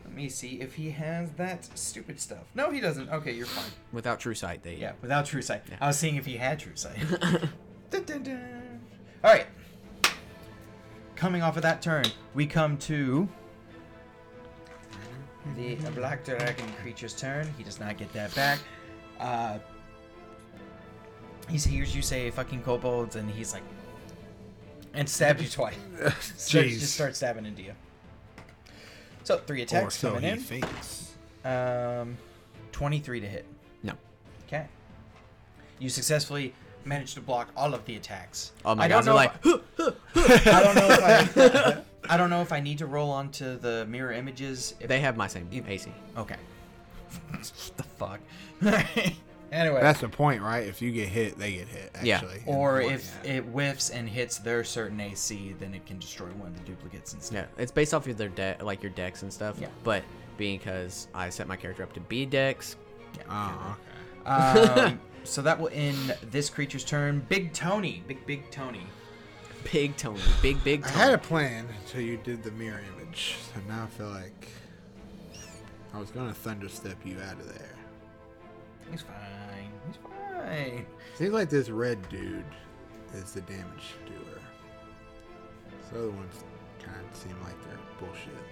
A: Let me see if he has that stupid stuff. No, he doesn't. Okay, you're fine.
C: Without true sight, they.
A: Yeah, without true sight. I was seeing if he had true sight. Dun, dun, dun. All right. Coming off of that turn, we come to the black dragon creature's turn. He does not get that back. Uh, he hears you say "fucking kobolds," and he's like, and stabs you twice. Starts-
B: Jeez.
A: just starts stabbing into you. So three
B: Or
A: attacks
B: so
A: coming
B: he
A: in.
B: thinks.
A: Um, twenty-three to hit.
C: No.
A: Okay. You successfully managed to block all of the attacks.
C: Oh my
A: I
C: god,
A: don't
C: they're
A: know
C: like,
A: if I, I don't know if I, I don't know if I need to roll onto the mirror images. If,
C: they have my same AC.
A: okay. the fuck. anyway.
B: That's the point, right? If you get hit, they get hit.
C: Yeah.
B: Actually,
A: or
B: Yeah.
A: if it whiffs and hits their certain AC, then it can destroy one of the duplicates and stuff.
C: Yeah, it's based off of their deck, like your decks and stuff.
A: Yeah.
C: But being because I set my character up to B decks,
B: Oh, Ah.
A: Um, so that will end this creature's turn. Big Tony, big big Tony.
C: Pig Tony, big big
B: I
C: Tony.
B: had a plan until you did the mirror image, so now I feel like I was gonna thunderstep you out of there.
A: He's fine. He's fine.
B: Seems like this red dude is the damage doer. So the other ones kind of seem like they're bullshit.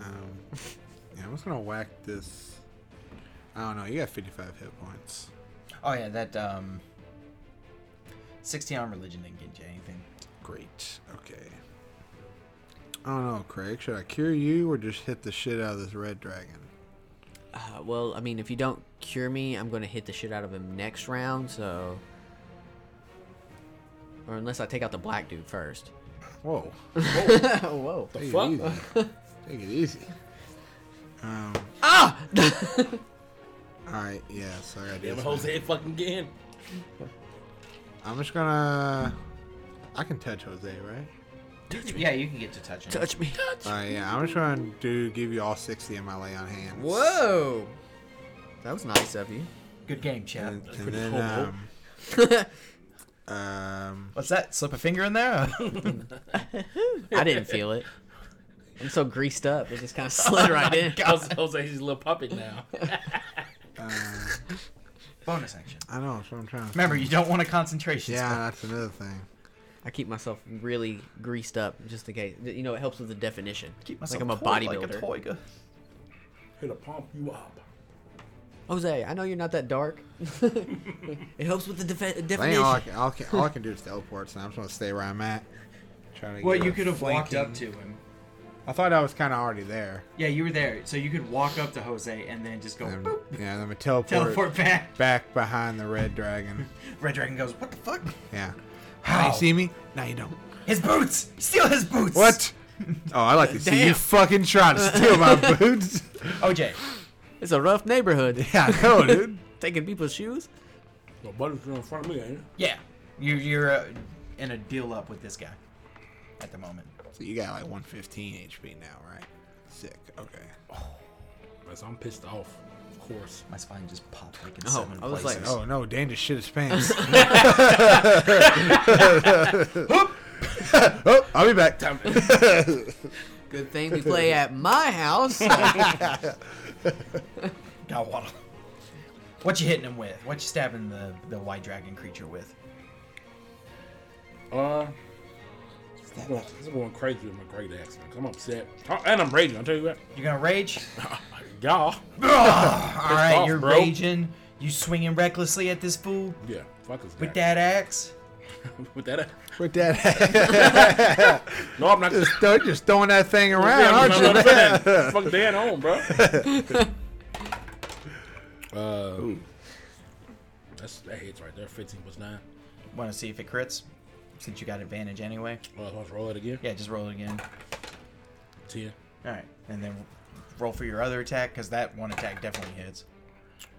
B: Um, yeah, I'm just gonna whack this. I don't know. You got 55 hit points.
A: Oh yeah, that um, sixteen on religion didn't get you anything.
B: Great. Okay. I don't know, Craig. Should I cure you or just hit the shit out of this red dragon?
C: Uh, well, I mean, if you don't cure me, I'm gonna hit the shit out of him next round. So, or unless I take out the black dude first.
B: Whoa.
C: Whoa.
D: The
B: Take
D: fuck?
B: it easy. Take it easy. Um,
C: Ah!
B: alright, yeah, so I gotta do
D: Damn it,
B: this
D: Jose fucking again.
B: now. I'm just gonna. I can touch Jose, right?
A: Yeah, you can get to touching.
C: Touch me.
B: Alright, yeah, I'm just gonna do give you all 60 of my lay on hands.
C: Whoa. That was nice of you.
A: Good game, chap.
B: And, and
D: pretty
B: then,
D: cool.
B: um, um,
A: What's that? Slip a finger in there?
C: I didn't feel it. I'm so greased up, it just kind of slid right in.
D: Jose, Jose's his little puppet now.
B: uh,
A: Bonus action.
B: I know, that's what I'm trying to.
A: Remember, you don't want a concentration.
B: Yeah,
A: spell.
B: that's another thing.
C: I keep myself really greased up just in case. You know, it helps with the definition.
A: Keep myself
C: like I'm a
A: toy, Like a
C: bodybuilder.
A: toy gu-
D: Here to pump you up.
C: Jose, I know you're not that dark. it helps with the defi-
B: I think all I,
C: definition.
B: can, all, I can, all I can do is teleport, so I'm just gonna stay where I'm at. Trying to
E: Well,
B: get
E: you
B: a
E: could have walked
B: flanking-
E: up to him.
B: I thought I was kind of already there.
E: Yeah, you were there, so you could walk up to Jose and then just go
B: And,
E: boop,
B: yeah, and I'm gonna teleport,
E: teleport back.
B: back behind the red dragon.
A: Red Dragon goes, What the fuck?
B: Yeah. Now
A: How?
B: you see me? Now you don't.
A: His boots! Steal his boots!
B: What? Oh, I like to see you
C: Damn.
B: fucking trying to steal my boots.
A: OJ.
C: It's a rough neighborhood.
B: Yeah, I know, dude.
C: Taking people's shoes.
D: No butter's in front of me, ain't it?
A: Yeah. You're, you're uh, in a deal up with this guy at the moment.
B: So you got like 115 HP now, right? Sick. Okay.
D: Because I'm pissed off, of course.
A: My spine just popped like in
C: Oh,
A: seven
C: I was like,
A: places.
B: Oh no, dangerous shit is pants. oh, I'll be back.
C: Good thing we play at my house.
A: Got water. What you hitting him with? What you stabbing the, the white dragon creature with?
D: Uh, I'm going, I'm going crazy with my great accent. 'cause I'm upset. Oh, And I'm raging, I'll tell you what.
A: You're gonna rage?
D: Y'all.
A: Alright,
D: off,
A: you're
D: bro.
A: raging. You swinging recklessly at this fool
D: Yeah, fuck this guy.
A: with that axe.
D: With that.
B: With that,
D: No, I'm not.
B: just, throw, just throwing that thing around,
D: Yeah, I'm
B: aren't
D: not
B: you?
D: upset. Fuck Dan on, bro. uh, that's, that hits right there. 15 plus 9.
A: Want to see if it crits? Since you got advantage anyway.
D: Well, let's roll it again.
A: Yeah, just roll it again.
D: 10.
A: All right, and then roll for your other attack because that one attack definitely hits.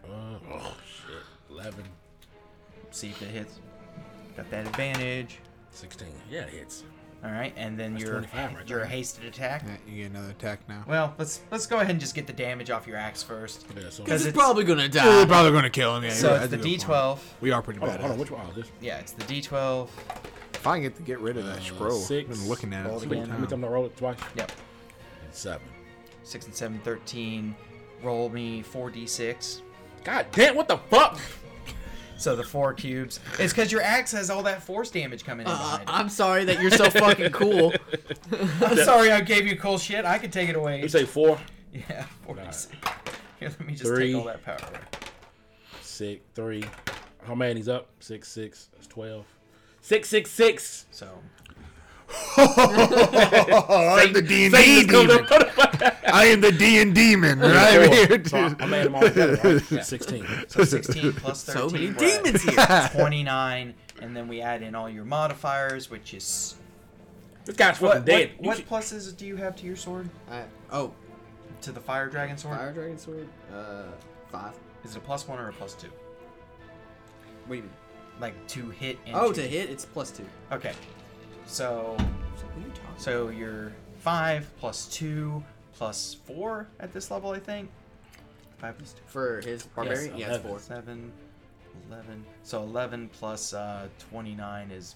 D: Uh, oh, shit. 11.
A: See if it hits. Got that advantage.
D: 16. Yeah, it hits.
A: All right, and then
D: That's
A: your
D: 25 right
A: your
D: there.
A: hasted attack.
B: Yeah, you get another attack now.
A: Well, let's let's go ahead and just get the damage off your axe first.
D: Yeah, so.
A: Does
C: Because
A: it-
D: Hold
C: it's probably gonna
B: They're
C: die.
B: probably gonna kill him. Yeah,
A: So
B: you're right,
A: it's the
B: that's a good
A: D12.
B: point. We are pretty
D: on, hold on.
B: bad.
D: Which one? Oh, this.
A: Yeah, it's the D12.
B: If I can get the get rid of that
D: Uh,
B: scroll,
D: six.
B: I've been looking at
A: Roll
B: it
A: it
B: three
A: again.
D: Wait, How many
B: times.
D: times I roll it? Twice?
A: Yep,
D: And 7.
A: six and seven, 13. Roll me 4d6.
D: God damn, what the fuck?
A: So the four cubes. It's because your axe has all that force damage coming in
C: Uh,
A: behind it.
C: I'm sorry that you're so fucking cool.
A: I'm sorry I gave you cool shit. I could take it away.
D: You say 4,
A: Yeah, 46. Here, let me just
D: Three.
A: take all that power away.
D: 6, 3. How many? He's up. 6, 6. That's 12. 6, 6, 6.
A: So
B: Oh, I'm the D and D
D: Satan comes
B: demon.
D: up.
B: I am the D and demon right
D: Four.
B: here.
D: So I,
B: dude.
D: I made them all together. Right? Yeah, 16.
A: So 16 plus 13.
C: So many
A: we're at
C: demons here.
A: 29, and then we add in all your modifiers, which is.
D: This guy's fucking
A: What,
D: dead.
A: what,
D: You
A: what
D: should-
A: pluses do you have to your sword?
C: I, oh,
A: To the fire dragon sword?
C: fire dragon sword. Uh, five.
A: Is it a plus one or a plus two?
C: What do you mean?
A: Like to hit and.
C: Oh, to hit, it's plus two.
A: Okay. So,
C: So what are you talking?
A: so you're 5 plus 2 plus 4 at this level, I think. 5 plus 2.
C: For his barbarian, yeah, it's
D: eleven.
C: four.
A: 7, 11. So 11 plus uh, 29 is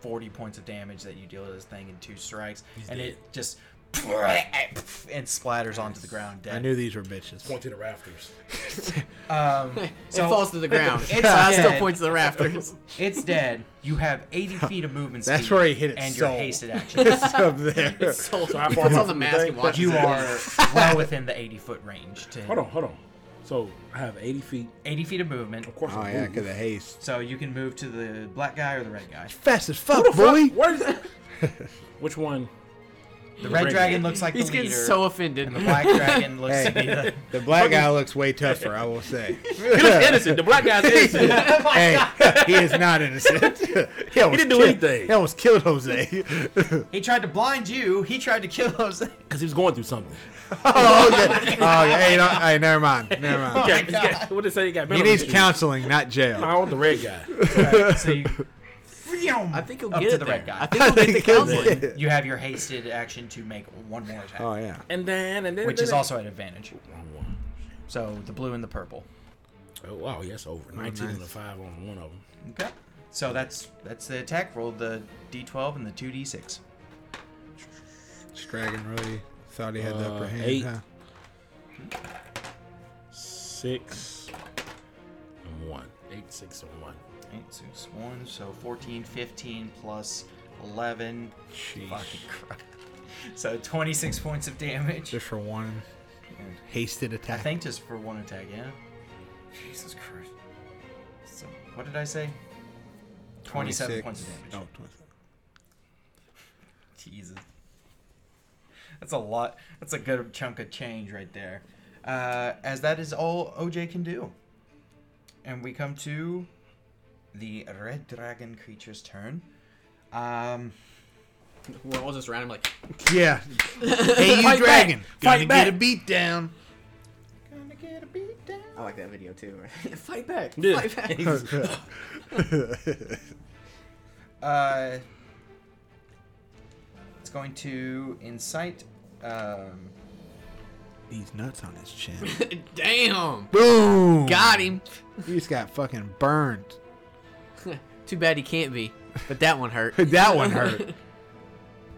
A: 40 points of damage that you deal to this thing in two strikes. and it just. And splatters onto the ground
B: I
A: dead.
B: knew these were bitches.
D: Point to the rafters.
A: Um, so
C: it falls to the ground.
A: It's
C: It's I still
A: dead.
C: point to the rafters.
A: it's dead. You have 80 feet of movement speed.
B: That's where he hit it
A: And your
B: so-
A: hasted action.
B: It's up there.
C: so
D: So how
C: he
D: far
C: puts
D: am I
C: on the
D: from the
C: mask
D: thing?
C: and watches
A: You
C: it.
A: are well within the 80 foot range. To
D: Hold on, hold on. So I have 80 feet.
A: 80 feet of movement.
D: Of course,
B: Oh
D: I'm
B: yeah,
D: moving.
B: cause of haste.
A: So you can move to the black guy or the red guy.
B: Fast as fuck, boy.
D: What is that? Which one?
A: The red
E: Red
A: dragon looks like
C: He's
A: the
C: getting
A: leader,
C: so offended.
A: and the black dragon looks to
B: Hey.
A: be the.
B: The black guy looks way tougher, I will say.
D: He looks innocent. The black guy's innocent.
B: hey, he is not innocent. he, almost
D: didn't do
B: killed-
D: anything.
B: He almost killed Jose. Oh,
A: He tried to blind you. He tried to kill those.
D: Because he was going through something.
B: oh, okay. Oh, yeah. Hey, no, hey, never mind. Never mind.
D: Yeah, he's got- what they say? He got
B: He
D: mental
B: needs
D: issues.
B: counseling, not jail.
D: I want the red guy.
A: So you,
C: I think he'll
A: Up
C: get
A: to
C: it
A: the
C: there.
A: red guy.
C: I think he'll get the counseling.
A: you have your hasted action to make one more attack,
B: Oh, yeah.
D: And then, and then,
A: which
D: then,
A: is also at advantage. So the blue and the purple.
D: Oh, wow, yes, over. 19 and a 5 on one of them.
A: Okay. So that's that's the attack. Roll the d12 and the two d6.
B: This Dragon really thought he had the upper
D: Uh,
B: hand.
D: eight.
B: huh?
D: 6 and 1. 8, 6, and 1.
A: Eight, six, one. So 14, 15 plus 11. Fucking crap. So 26 points of damage.
B: Just for one hasted
A: I
B: attack.
A: think just for one attack, yeah. Jesus Christ. So what did I say? 27 points of damage.
B: Oh, 27.
A: Jesus. That's a lot. That's a good chunk of change right there. Uh, as that is all OJ can do. And we come to the red dragon creature's turn. Um,
C: We're all just random, like,
B: Yeah. hey, you
D: Fight
B: dragon.
D: back.
B: Gonna
D: Fight
B: get a
D: back.
B: beat down.
C: I like that video too. Right? Fight back.
D: Yeah.
C: Fight back.
A: uh, it's going to incite. Um,
B: These nuts on his chin.
C: Damn.
B: Boom.
C: Got him.
B: You just got fucking burned.
C: Too bad he can't be. But that one hurt.
B: That one hurt.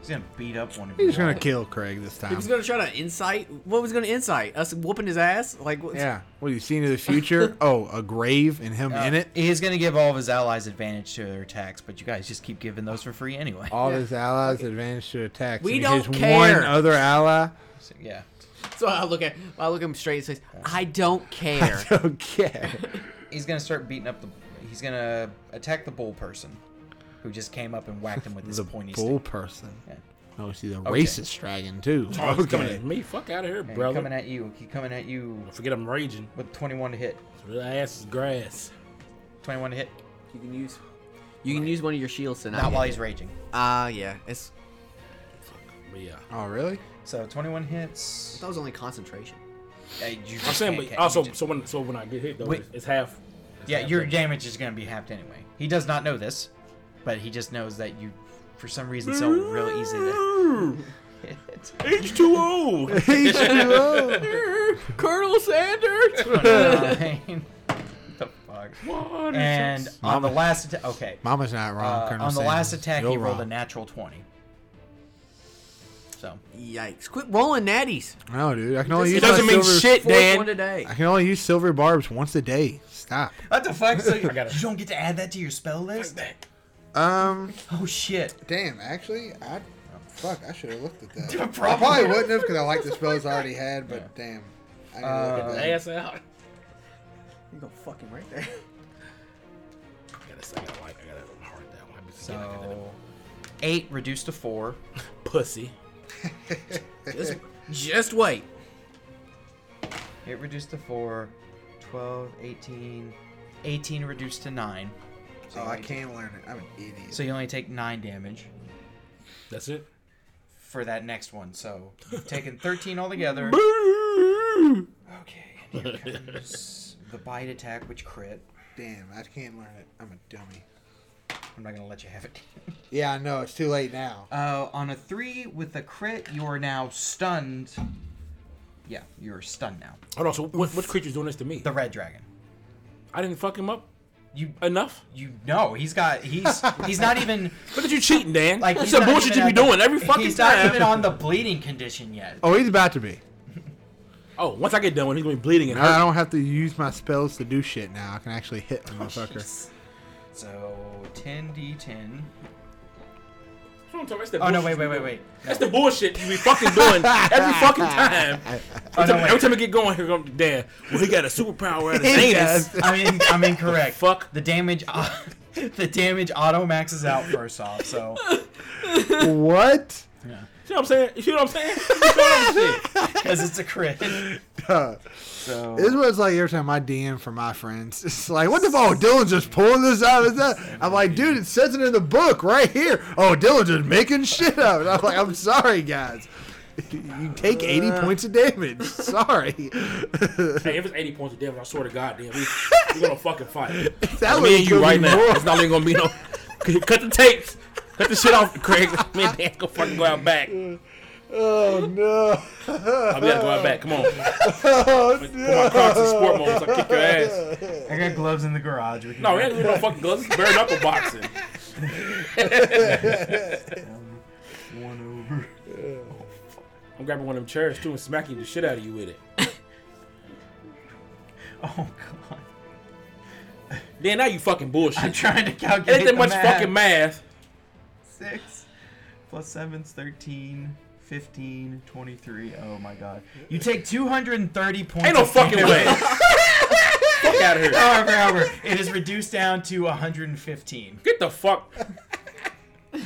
A: he's gonna beat up one of you.
B: He's gonna
A: all.
B: kill Craig this
C: He
B: time.
C: was gonna try to incite. What was gonna incite? Us whooping his ass? Like, what?
B: Yeah. What do you see into the future? Oh, a grave and him
A: Uh,
B: in it.
A: He's gonna give all of his allies advantage to their attacks, but you guys just keep giving those for free anyway.
B: All his allies advantage to attack.
C: We
B: and
C: don't
B: his
C: care.
B: One other ally.
A: So, yeah.
C: So I look at, I look him straight in his face. I don't care.
B: Okay.
A: he's gonna start beating up the. He's gonna attack the bull person, who just came up and whacked him with his
B: the
A: pointy
B: bull
A: stick.
B: person.
A: Yeah.
B: Oh, see the racist dragon too.
D: Oh, he's coming at me. Fuck out of here,
A: Hey,
D: brother.
A: coming at you. He coming at you
D: Don't forget I'm raging.
A: with 21 to hit.
D: So that ass is grass.
A: 21 to hit.
C: you can use, you can use one of your shields tonight.
A: Not while he's raging.
C: Ah, yeah. It's
D: But yeah.
B: Oh, really?
A: So 21 hits.
C: that was only concentration.
A: Yeah, you
D: I'm
A: just
D: saying,
A: can't
D: but
A: ca- you
D: also,
A: just-
D: so when so when I get hit though,
A: Wait.
D: it's, it's half. it's
A: yeah,
D: half
A: your
D: damage.
A: damage is gonna be halved anyway. He does not know this, but he just knows that you, for some reason, so real easy to hit.
D: H2O.
B: H2O.
C: Colonel Sanders.
A: 29. the fuck.
D: Water
A: And
D: sucks.
A: on the
B: Mama-
A: last attack, okay.
B: Mama's not wrong.
A: Uh,
B: Colonel
A: on the
B: Sanders.
A: last attack,
B: You're
A: he rolled a
B: wrong.
A: natural 20. So,
C: Yikes! Quit rolling natties.
B: No, dude. I can only
C: It
B: use
C: doesn't
B: my
D: mean
B: silver-
D: shit,
C: Fourth
D: Dan.
C: one today.
B: I can only use silver barbs once a day. Stop.
A: what the fuck? So you,
D: gotta-
A: you don't get to add that to your spell list?
B: Um.
A: Oh shit!
B: Damn. Actually, I. Fuck. I should have looked at that.
A: Probably. probably
B: wouldn't have because I like the spells I already had. But damn. I didn't
A: look at
D: ass out.
C: You go fucking right there.
D: I gotta say, I gotta like, I gotta hard that one. I be thinking I gotta-
A: So, eight reduced to four.
D: pussy.
C: Just, just wait.
A: Eight reduced to four. 12, 18. 18 reduced to nine. So,
B: Oh,
A: you only take-
B: learn it. I'm an idiot.
A: so you only take nine damage
D: That's it.
A: for that next one. So you've taken 13 altogether. okay. And here comes the bite attack, which crit.
B: Damn. I can't learn it. I'm a dummy.
A: I'm not gonna let you have it.
B: Yeah, I know. It's too late now.
A: Uh, on a three with a crit, you are now stunned. Yeah, you're stunned now.
D: Hold on. So what, what creature's doing this to me?
A: The red dragon.
D: I didn't fuck him up
A: You,
D: enough.
A: you know, he's got he's he's not even
D: Look at you cheating, Dan.
A: like
D: Like it's
A: he's
D: the
A: not
D: bullshit
A: even
D: you be
A: at the-
D: doing every fucking
A: He's
D: time.
A: not even on the bleeding condition yet.
B: Oh, he's about to be.
D: Oh, once I get done, with it, he's gonna be bleeding and
B: I
D: hurt.
B: don't have to use my spells to do shit now. I can actually hit the motherfucker.
A: So 10d10.
D: That's what I'm talking about. That's the
A: Oh no,
D: bullshit
A: wait,
D: you
A: wait, wait,
D: be doing.
A: wait.
D: That's the bullshit you be fucking doing every fucking time.
A: Oh,
D: Every
A: no,
D: time, every
A: wait.
D: time I get going, here comes Dan. Well, he got a superpower out of his
B: He
D: anus.
B: does.
A: I'm in, I'm incorrect.
D: Fuck.
A: the damage. uh, the damage auto maxes out first off. So
B: what?
D: See what I'm saying? You see what I'm saying? You see what I'm saying?
A: because it's a crit. So
B: This is what it's like every time I DM for my friends. It's like, what the fuck? Dylan's just pulling this out of that. I'm like, dude, it says it in the book right here. Oh, Dylan's just making shit up. And I'm like, I'm sorry, guys. You take 80 points of damage. Sorry.
D: Hey, if it's 80 points to damage, I swear to God, damn, we, we're gonna fucking fight.
B: That
D: me
B: would
D: and you
B: be
D: right now.
B: more-
D: It's not even gonna be no. Cut the tapes. Cut the shit off, Craig. Me and Dan gonna fucking go out back.
B: Oh, no. Oh,
D: I'll be out go out back. Come on. Put my crocs in sport moments. I'll kick your ass.
A: I got gloves in the garage. We can
D: No, we ain't doing no fucking gloves. It's bare knuckle boxing.
A: one over.
D: I'm grabbing one of them chairs too and smacking the shit out of you with it.
A: Oh god,
D: Then now you fucking
A: I'm
D: bullshit.
A: trying to
D: It
A: calculate
D: ain't that
A: the
D: much
A: math.
D: fucking math.
A: Six plus seven's 13, 15, 23. Oh my god, you take 230 points.
D: Ain't no
A: of
D: fucking
A: damage.
D: way. Fuck out of here.
A: However, however, it is reduced down to 115.
D: Get the fuck. Dan,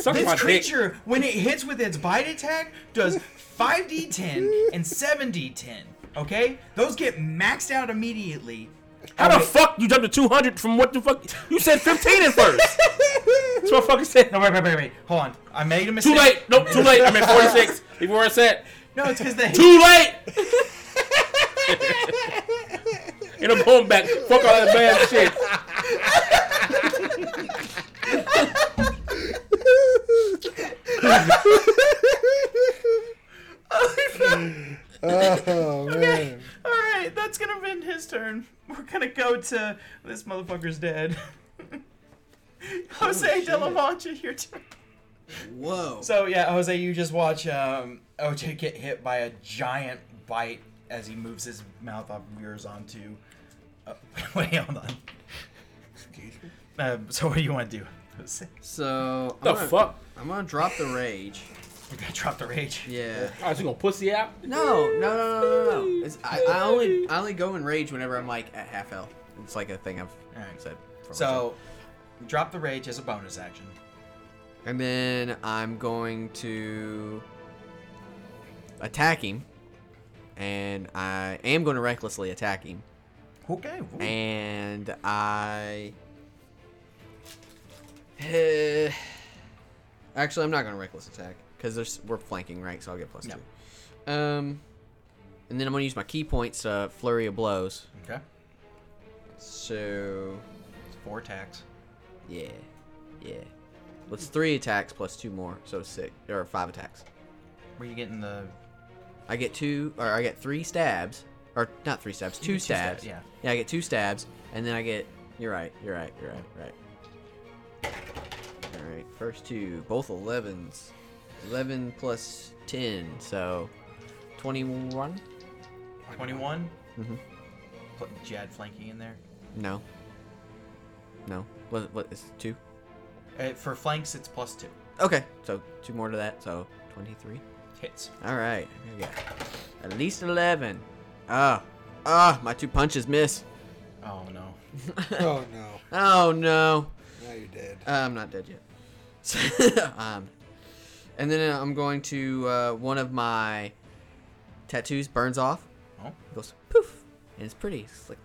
D: suck my
A: This
D: dick.
A: creature, when it hits with its bite attack, does 5d10 and 7d10. Okay, those get maxed out immediately.
D: How the fuck you jumped to 200 from what the fuck? You said 15 at first. That's what I fucking said.
A: No, wait, wait, wait, wait. Hold on. I made a mistake.
D: Too late. Nope, too late. I'm at 46. Before I said,
A: No, it's because the hit
D: too late. and I'm going back. Fuck all that bad shit.
B: oh, man.
A: All right, that's gonna been his turn. We're gonna go to this motherfucker's dead. Jose De La Mancha, your turn.
C: Whoa.
A: So yeah, Jose, you just watch um, OJ get hit by a giant bite as he moves his mouth off of yours onto. Uh, wait, hold on. Um, so what do you want to do? Jose?
C: So I'm
D: The
C: gonna,
D: fuck?
C: I'm gonna drop the rage.
A: We're gonna drop the rage.
C: Yeah.
D: Oh, you gonna pussy out?
C: No, no, no, no, no, no. It's, I, I only I only go in rage whenever I'm like at half health. It's like a thing I've
A: Alright.
C: said. for myself.
A: So, drop the rage as a bonus action.
C: and then I'm going to attack him, and I am going to recklessly attack him,
A: Okay. ooh.
C: and I. Eh, Actually, I'm not going to reckless attack because there's we're flanking right, so I'll get plus
A: Yeah.
C: two. Um, and then I'm going to use my key points to flurry of blows.
A: Okay.
C: So,
A: It's four attacks.
C: yeah, yeah. Well, it's three attacks plus two more, so six or five attacks.
A: Where you getting the?
C: I get two, or I get three stabs, or not three stabs,
A: You
C: two
A: get two stabs,
C: stabs.
A: yeah.
C: Yeah, I get two stabs, and then I get. You're right. You're right. You're right. Right. All right. First two, both elevens. Eleven plus ten, so twenty-one.
A: Twenty-one.
C: Mhm.
A: Put Jad flanking in there.
C: No. No. What? What is it two?
A: Uh, for flanks, it's plus two
C: Okay, so two more to that, so twenty-three.
A: hits.
C: All right, here we go. At least eleven. Ah, ah, my two punches miss.
A: Oh no.
B: Oh, no.
C: Oh no,
B: Now you're dead.
C: uh, I'm not dead yet. um, and then I'm going to uh, one of my tattoos burns off.
A: Oh.
C: It goes poof, and it's pretty. It's like,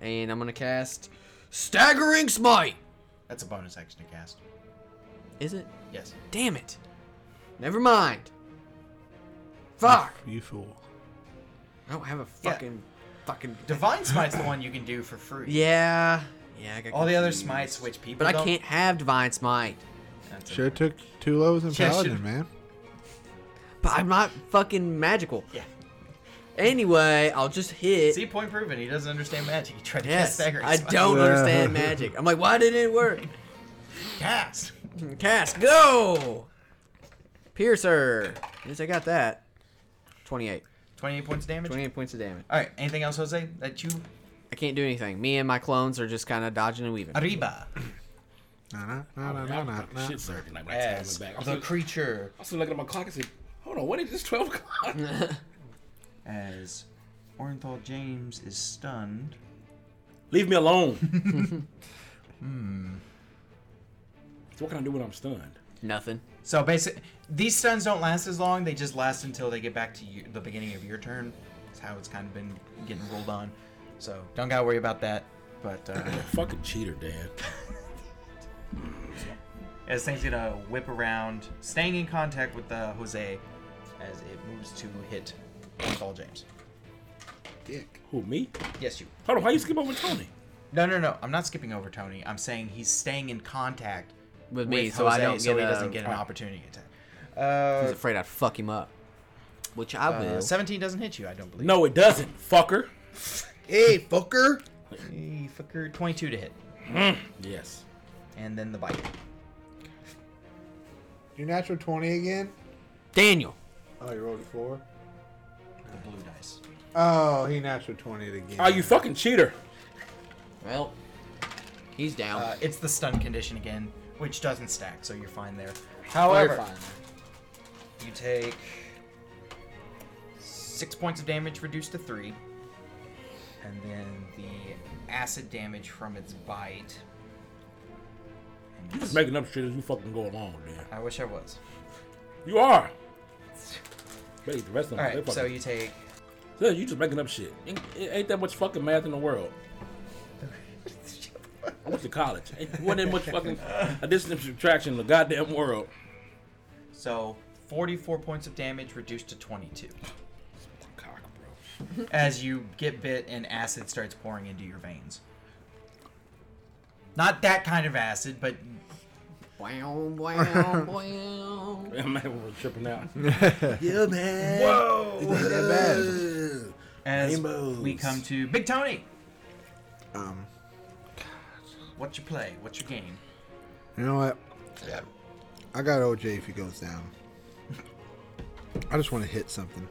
C: and I'm gonna cast staggering smite.
A: That's a bonus action to cast.
C: Is it?
A: Yes.
C: Damn it. Never mind. Fuck. Oh,
B: You fool.
C: I don't have a
A: Yeah.
C: fucking fucking
A: Divine Smite's the one you can do for free.
C: Yeah. Yeah, I got
A: All the other
C: confused.
A: smites, which people
C: But I
A: don't-
C: can't have divine smite.
A: That's
B: Sure
A: it.
B: took two lows in
A: Yeah,
B: Paladin,
A: should've-
B: man.
C: But I'm not fucking magical.
A: Yeah.
C: Anyway, I'll just hit.
A: See, point proven. He doesn't understand magic. He tried to cast
C: yes.
A: staggering.
C: I
A: Smite.
C: don't
B: Yeah.
C: understand magic. I'm like, why didn't it work?
A: cast.
C: Cast, go. Piercer. Yes, I got that. 28.
A: Twenty-eight points damage.
C: 28 points of damage.
A: All right. Anything else, Jose? That you?
C: I can't do anything. Me and my clones are just kind of dodging and weaving.
A: Arriba.
B: Nah, nah, nah, nah, nah,
D: I'm
B: nah,
D: fucking
B: nah.
D: Shit, sir. Like, when I
A: As
D: back. I'm
A: the
D: still-
A: creature.
D: I'm still looking at my clock and said, hold on, what is this? 12 o'clock?
A: As Orenthal James is stunned. Hmm.
D: Leave me alone. So what can I do when I'm stunned?
C: Nothing.
A: So basically, these stuns don't last as long. They just last until they get back to you, the beginning of your turn. That's how it's kind of been getting rolled on. So don't gotta worry about that. But uh,
D: Fucking cheater, Dad.
A: as things gonna whip around, staying in contact with uh, Jose as it moves to hit Paul James.
B: Dick.
D: Who me?
A: Yes, you.
D: Hold on. Why you skip over Tony?
A: No, no, no. I'm not skipping over Tony. I'm saying he's staying in contact
C: With me,
A: with
C: so
A: Jose
C: I don't
A: so
C: get uh,
A: he
C: a-
A: doesn't get an
C: alright.
A: opportunity attack.
C: I was
A: Uh,
C: afraid I'd fuck him up. Which I will.
A: uh, 17 doesn't hit you, I don't believe.
D: No, it doesn't. Fucker.
B: Hey, fucker.
A: Hey, fucker. 22 to hit.
D: Yes.
A: And then the bite.
B: Your natural 20 again?
C: Daniel.
B: Oh, you rolled a four?
A: The blue dice.
B: Oh, he natural 20 again.
D: Are Oh, you fucking cheater?
C: Well, he's down.
A: Uh, it's the stun condition again, which doesn't stack, so Oh, you're fine there. However, you take six points of damage reduced to three, and then the acid damage from its bite. And
D: You just making up shit as you fucking go along, man.
A: I wish I was.
D: You are. Wait, the rest of them.
A: All
D: they
A: right,
D: fucking,
A: so you take
D: Yeah, you just making up shit. Ain't, it ain't that much fucking math in the world. I went to college. Ain't wasn't that much fucking addition and subtraction in the goddamn world.
A: so 44 points of damage reduced to 22
D: Cock, bro.
A: as you get bit and acid starts pouring into your veins. Not that kind of acid, but
C: Wow, wow, wow.
D: Damn, man, we're tripping out.
B: Yeah, man.
A: whoa.
B: That bad.
A: As
B: Rainbows.
A: we come to Big Tony,
B: Um,
A: what's your play? What's your game?
B: you know what? I got OJ if he goes down. I just want to hit something.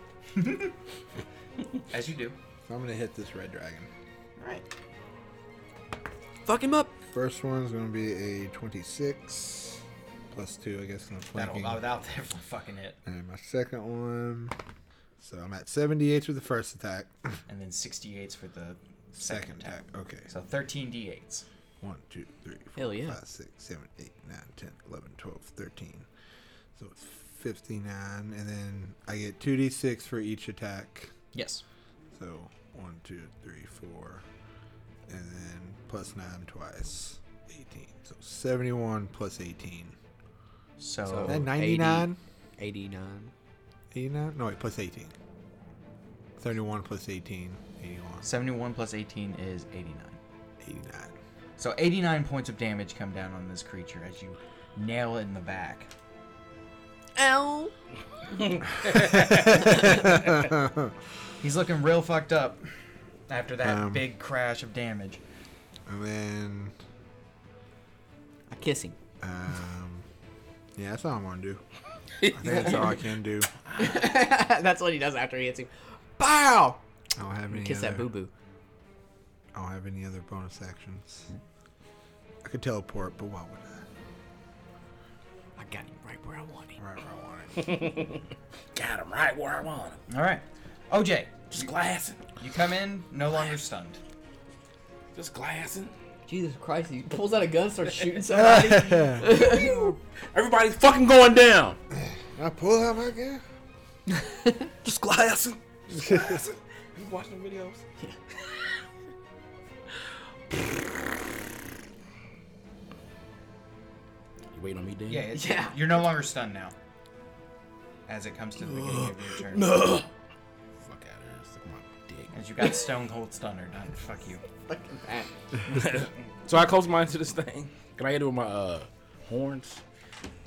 A: As you do.
B: So I'm going to hit this red dragon.
A: All right.
C: Fuck him up.
B: First one's going to be a 26 plus 2, I guess, in the
A: That'll
B: flanking.
A: allow that for a fucking hit.
B: And my second one. So I'm at 78 with the first attack.
A: And then 68s for the second,
B: Second
A: attack.
B: attack. Okay.
A: So 13 d8s.
B: 1, 2, 3, 4,
C: Hell yeah.
B: 5, 6, 7, 8, 9, 10, 11, 12, 13. So it's 59. And then I get 2d6 for each attack.
A: Yes.
B: So 1, 2, 3, 4. And then plus 9 twice. 18. So 71 plus 18.
A: So,
C: So-
B: Is that
C: 99?
B: 99?
C: 89.
B: 89? No, wait, plus 18. 31 plus 18. 81.
A: 71 plus 18 is 89.
B: 89.
A: So 89 points of damage come down on this creature as you nail it in the back.
C: Ow.
A: He's looking real fucked up after that
B: Um.
A: big crash of damage.
B: And then.
C: I kiss him.
B: Um, yeah, that's all I'm going to do. I think that's all I can do.
C: That's what he does after he hits him. Bow.
B: I don't have any.
C: Kiss that
B: other-
C: boo boo.
B: I don't have any other bonus actions. I could teleport, but why would I?
C: I got him right where I want him.
B: Right where I want it.
D: Got him right where I want him.
A: All right. OJ,
D: Just glassing.
A: you come in, no longer stunned.
D: Just glassing.
C: Jesus Christ! He pulls out a gun, starts shooting somebody.
D: Everybody's fucking going down.
B: Can I pull out my gun.
D: Just glassing. Just glassing. you watching the videos? you waiting on me, Dan?
A: Yeah, it's,
C: Yeah.
A: You're no longer stunned now. As it comes to the beginning of your turn.
D: Fuck out of here. Suck my
A: As you got Stone Cold Stunner done. Fuck you.
C: Fucking bad.
D: dick. so I close mine to this thing. Can I hit it with my uh, horns?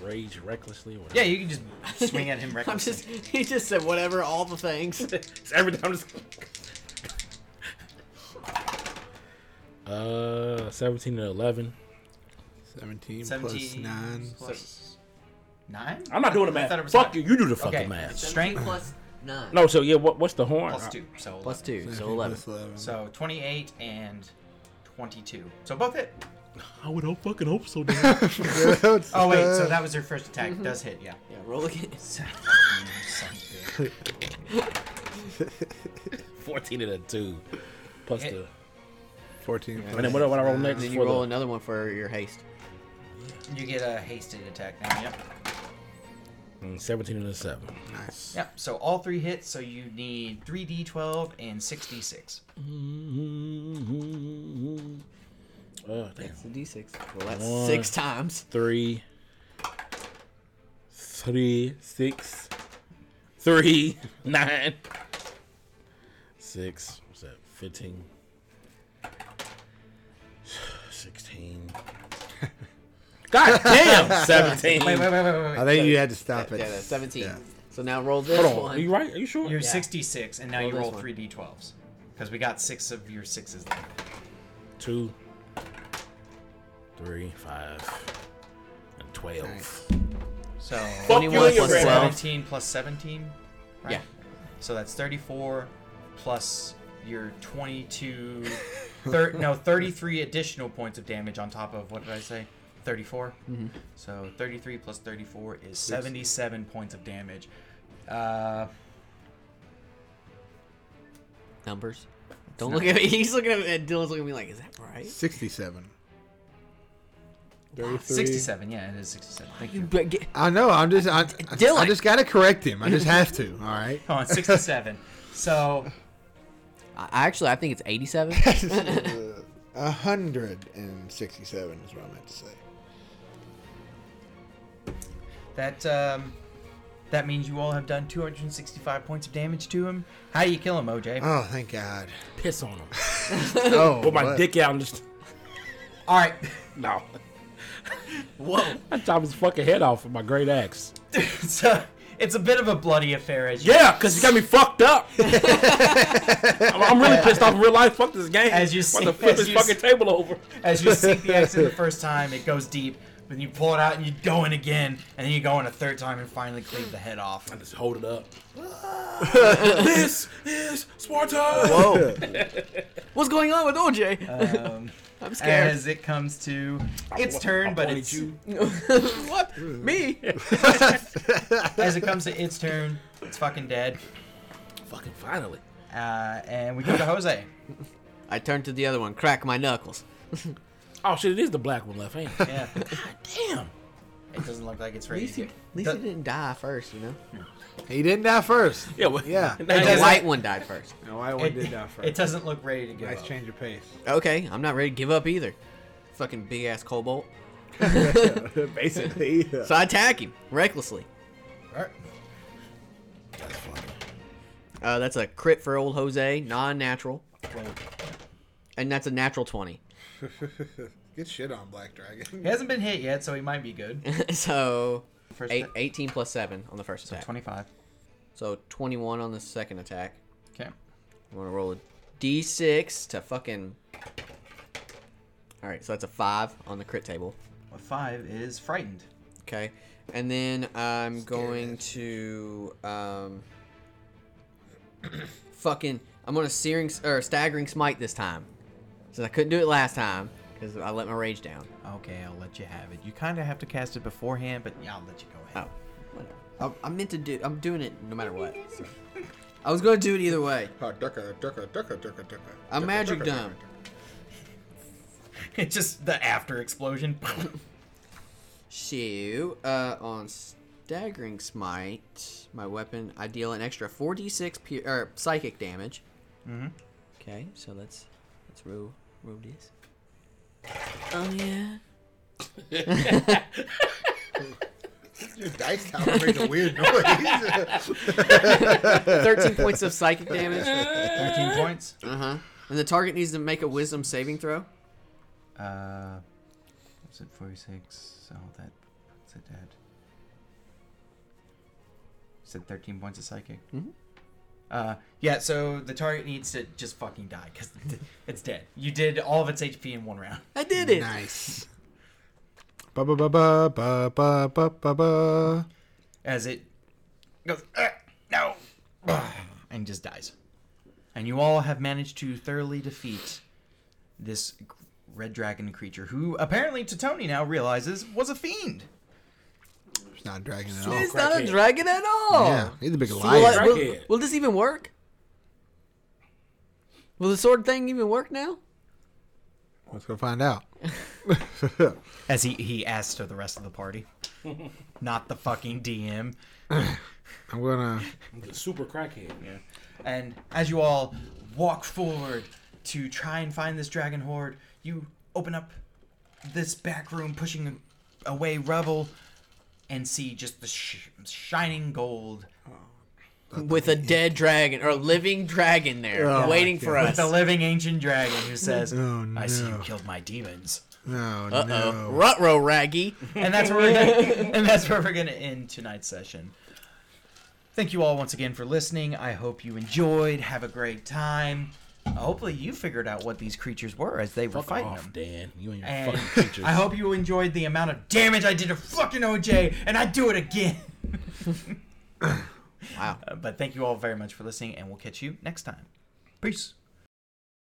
D: Rage recklessly or whatever.
A: Yeah, you can just swing at him
C: I'm
A: recklessly.
C: just. He just said whatever. All the things.
D: It's every time. I'm just... Uh, 17 and 11.
B: 17, plus
A: 17
B: 9.
A: plus nine.
D: I'm not doing the
A: I thought it
D: math.
A: was
D: Fuck
A: nine.
D: you. You do the fucking
A: Okay.
D: math.
A: Strength
C: plus nine.
D: No, so yeah, what, what's the horn?
A: plus two, so
C: Plus
A: 11.
C: two, so
B: 17
C: eleven.
B: plus 11.
A: So 28 and 22. So both hit.
D: I would hope, fucking hope so, damn.
A: Oh wait, so that was your first attack. Does hit, yeah.
C: Yeah, roll again.
A: Son of a bitch.
D: 14 and a 2. Plus the.
B: 14 plus
D: And then what, do- what I roll next?
C: Then
D: for
C: you roll
D: the,
C: another one for your haste.
A: You get a hasted attack now. Yep.
D: Mm, 17 and a 7.
B: Nice.
A: Yep. So all three hits. So you need three d12 and six d6. Mm-hmm.
D: Oh, damn.
C: That's a d6. Well, that's
D: One.
C: six times.
D: Three. Three, six, three, nine, six, what's that? 15, 16. God damn! 17.
A: Wait, wait, wait, wait, wait.
B: I
A: wait.
B: think you had to stop
C: Yeah,
B: it.
C: that's 17.
B: Yeah.
C: So now roll this
D: Hold on. Are
C: one.
D: you right? Are you sure?
A: You're
C: Yeah.
A: 66, and now
C: Roll
A: you roll
C: this one.
A: three d12s because we got six of your sixes. There.
D: Two, three, five, and 12.
A: So
D: Fuck you
C: 21
D: and your
C: plus
D: grandma.
A: 17 plus 17. Right?
C: Yeah.
A: So that's 34 plus your 22. Thir- no, 33 additional points of damage on top of what did I say? 34. So 33 plus 34 is 77 points of damage. Uh,
C: Numbers. Don't look at me. He's looking at me. and Dylan's looking at me like, is that right?
B: 67.
A: 67. Yeah, it is 67. Thank you.
C: But get-
B: I know. I'm just. I, I,
C: Dylan.
B: I just gotta correct him. I just have to. All right.
A: Come on, 67. So
C: I- actually, I think it's 87.
B: A hundred and sixty-seven is what I meant to say.
A: that um, that means you all have done 265 points of damage to him. How do you kill him, OJ?
B: Oh, thank God.
D: Piss on him.
B: Oh,
D: Put my
B: what?
D: dick out and just.
A: all right.
D: No.
C: Whoa.
D: I chopped his fucking head off with my great axe.
A: It's a, it's a bit of a bloody affair, as you,
D: Yeah, because you got me fucked up. I'm, I'm really pissed off in real life. Fuck this game.
A: As you
D: Want
A: see-
D: to flip
A: as
D: this
A: you
D: fucking
A: see-
D: table over.
A: as you sink the axe in the first time, it goes deep. Then you pull it out and you go in again, and then you go in a third time and finally cleave the head off.
D: I just hold it up. this is Sparta.
C: Whoa. What's going on with OJ?
A: Um,
C: I'm scared.
A: as it comes to its
D: I
A: turn, but
D: wanted
A: it's
D: you.
C: what? Me?
A: as it comes to its turn, it's fucking dead.
D: Fucking finally.
A: Uh, and we go to Jose.
C: I turned to the other one, crack my knuckles.
D: Oh shit! It is the black one left, ain't it?
A: Yeah,
D: Damn.
A: it doesn't look like it's
C: At
A: ready.
C: least,
A: to
C: he,
A: get-
C: at least he didn't die first, you know?
B: He didn't die first.
D: Yeah. Well,
B: Yeah.
C: The
A: doesn't-
C: white one died first.
B: No, I
A: it, it doesn't look ready to give
B: Nice
A: up.
B: change of pace.
C: Okay, I'm not ready to give up either. Fucking big ass cobalt.
B: Basically. yeah.
C: So I attack him recklessly.
A: All right.
C: Uh, that's a crit for old Jose, non-natural,
A: Well,
C: and that's a natural twenty.
B: Good shit on Black Dragon.
A: he hasn't been hit yet, so he might be good.
C: so
A: First
C: eight,
A: attack.
C: 18 plus seven on the first attack.
A: twenty-five.
C: So twenty-one on the second attack.
A: Okay.
C: I'm gonna roll a d6 to fucking. All right, so that's a five on the crit table.
A: Well, five is frightened.
C: Okay, and then I'm going to um, fucking I'm gonna searing or staggering smite this time, since I couldn't do it last time because I let my rage down.
A: Okay, I'll let you have it. You kind of have to cast it beforehand, but yeah, I'll let you go ahead.
C: Oh, whatever. I, I meant to do. I'm doing it no matter what. so. I was gonna do it either way.
B: Oh, ducka, ducka, ducka, ducka, ducka.
C: A
B: Ducka,
C: magic
B: ducka, ducka,
C: dumb.
A: It's just the after explosion.
C: So, uh, on staggering smite, my weapon, I deal an extra 4d6 pu- or psychic damage. Mm-hmm. Okay, so let's let's roll roll this. Oh yeah.
B: ducka. Your dice tower makes a weird noise.
C: 13 points of psychic damage.
A: Thirteen points.
C: Uh huh. And the target needs to make a wisdom saving throw.
A: Uh, was it 46? So that puts it at. Said 13 points of psychic. Mm-hmm. Uh, yeah. So the target needs to just fucking die because it's dead. You did all of its HP in one round.
C: I did it.
B: nice. Ba ba ba ba ba ba ba ba ba.
A: As it goes, "Ugh, no, Ugh," and just dies. And you all have managed to thoroughly defeat this g- red dragon creature, who apparently to Tony now realizes was a fiend.
B: It's not a dragon at all.
C: He's not a
D: crackhead.
C: dragon at all.
B: Oh, Yeah, he's a big
C: Will, I-
B: liar.
C: will-
D: Crackhead.
C: will this even work? Will the sword thing even work now?
B: Let's go find out.
G: As he, he asks to the rest of the party. Not the fucking DM.
B: I'm gonna.
H: The super crackhead. Yeah.
A: And as you all walk forward to try and find this dragon horde, you open up this back room, pushing away rubble, and see just the sh- shining gold.
D: with a dead dragon or a living dragon there
B: Oh,
D: waiting for
B: God.
D: us.
A: It's a living ancient dragon who says,
B: Oh no!
A: I see you killed my demons.
B: No,
D: Uh oh,
B: no.
D: Rutro Raggy.
A: And that's where we're gonna, and that's where we're gonna end tonight's session. Thank you all once again for listening. I hope you enjoyed. Have a great time. Hopefully, you figured out what these creatures were as they were
H: Fuck
A: fighting
H: off,
A: them.
H: Dan. You and your
A: And
H: fucking creatures.
A: I hope you enjoyed the amount of damage I did to fucking OJ, and I do it again.
D: Wow.
A: Uh, But thank you all very much for listening, and we'll catch you next time. Peace.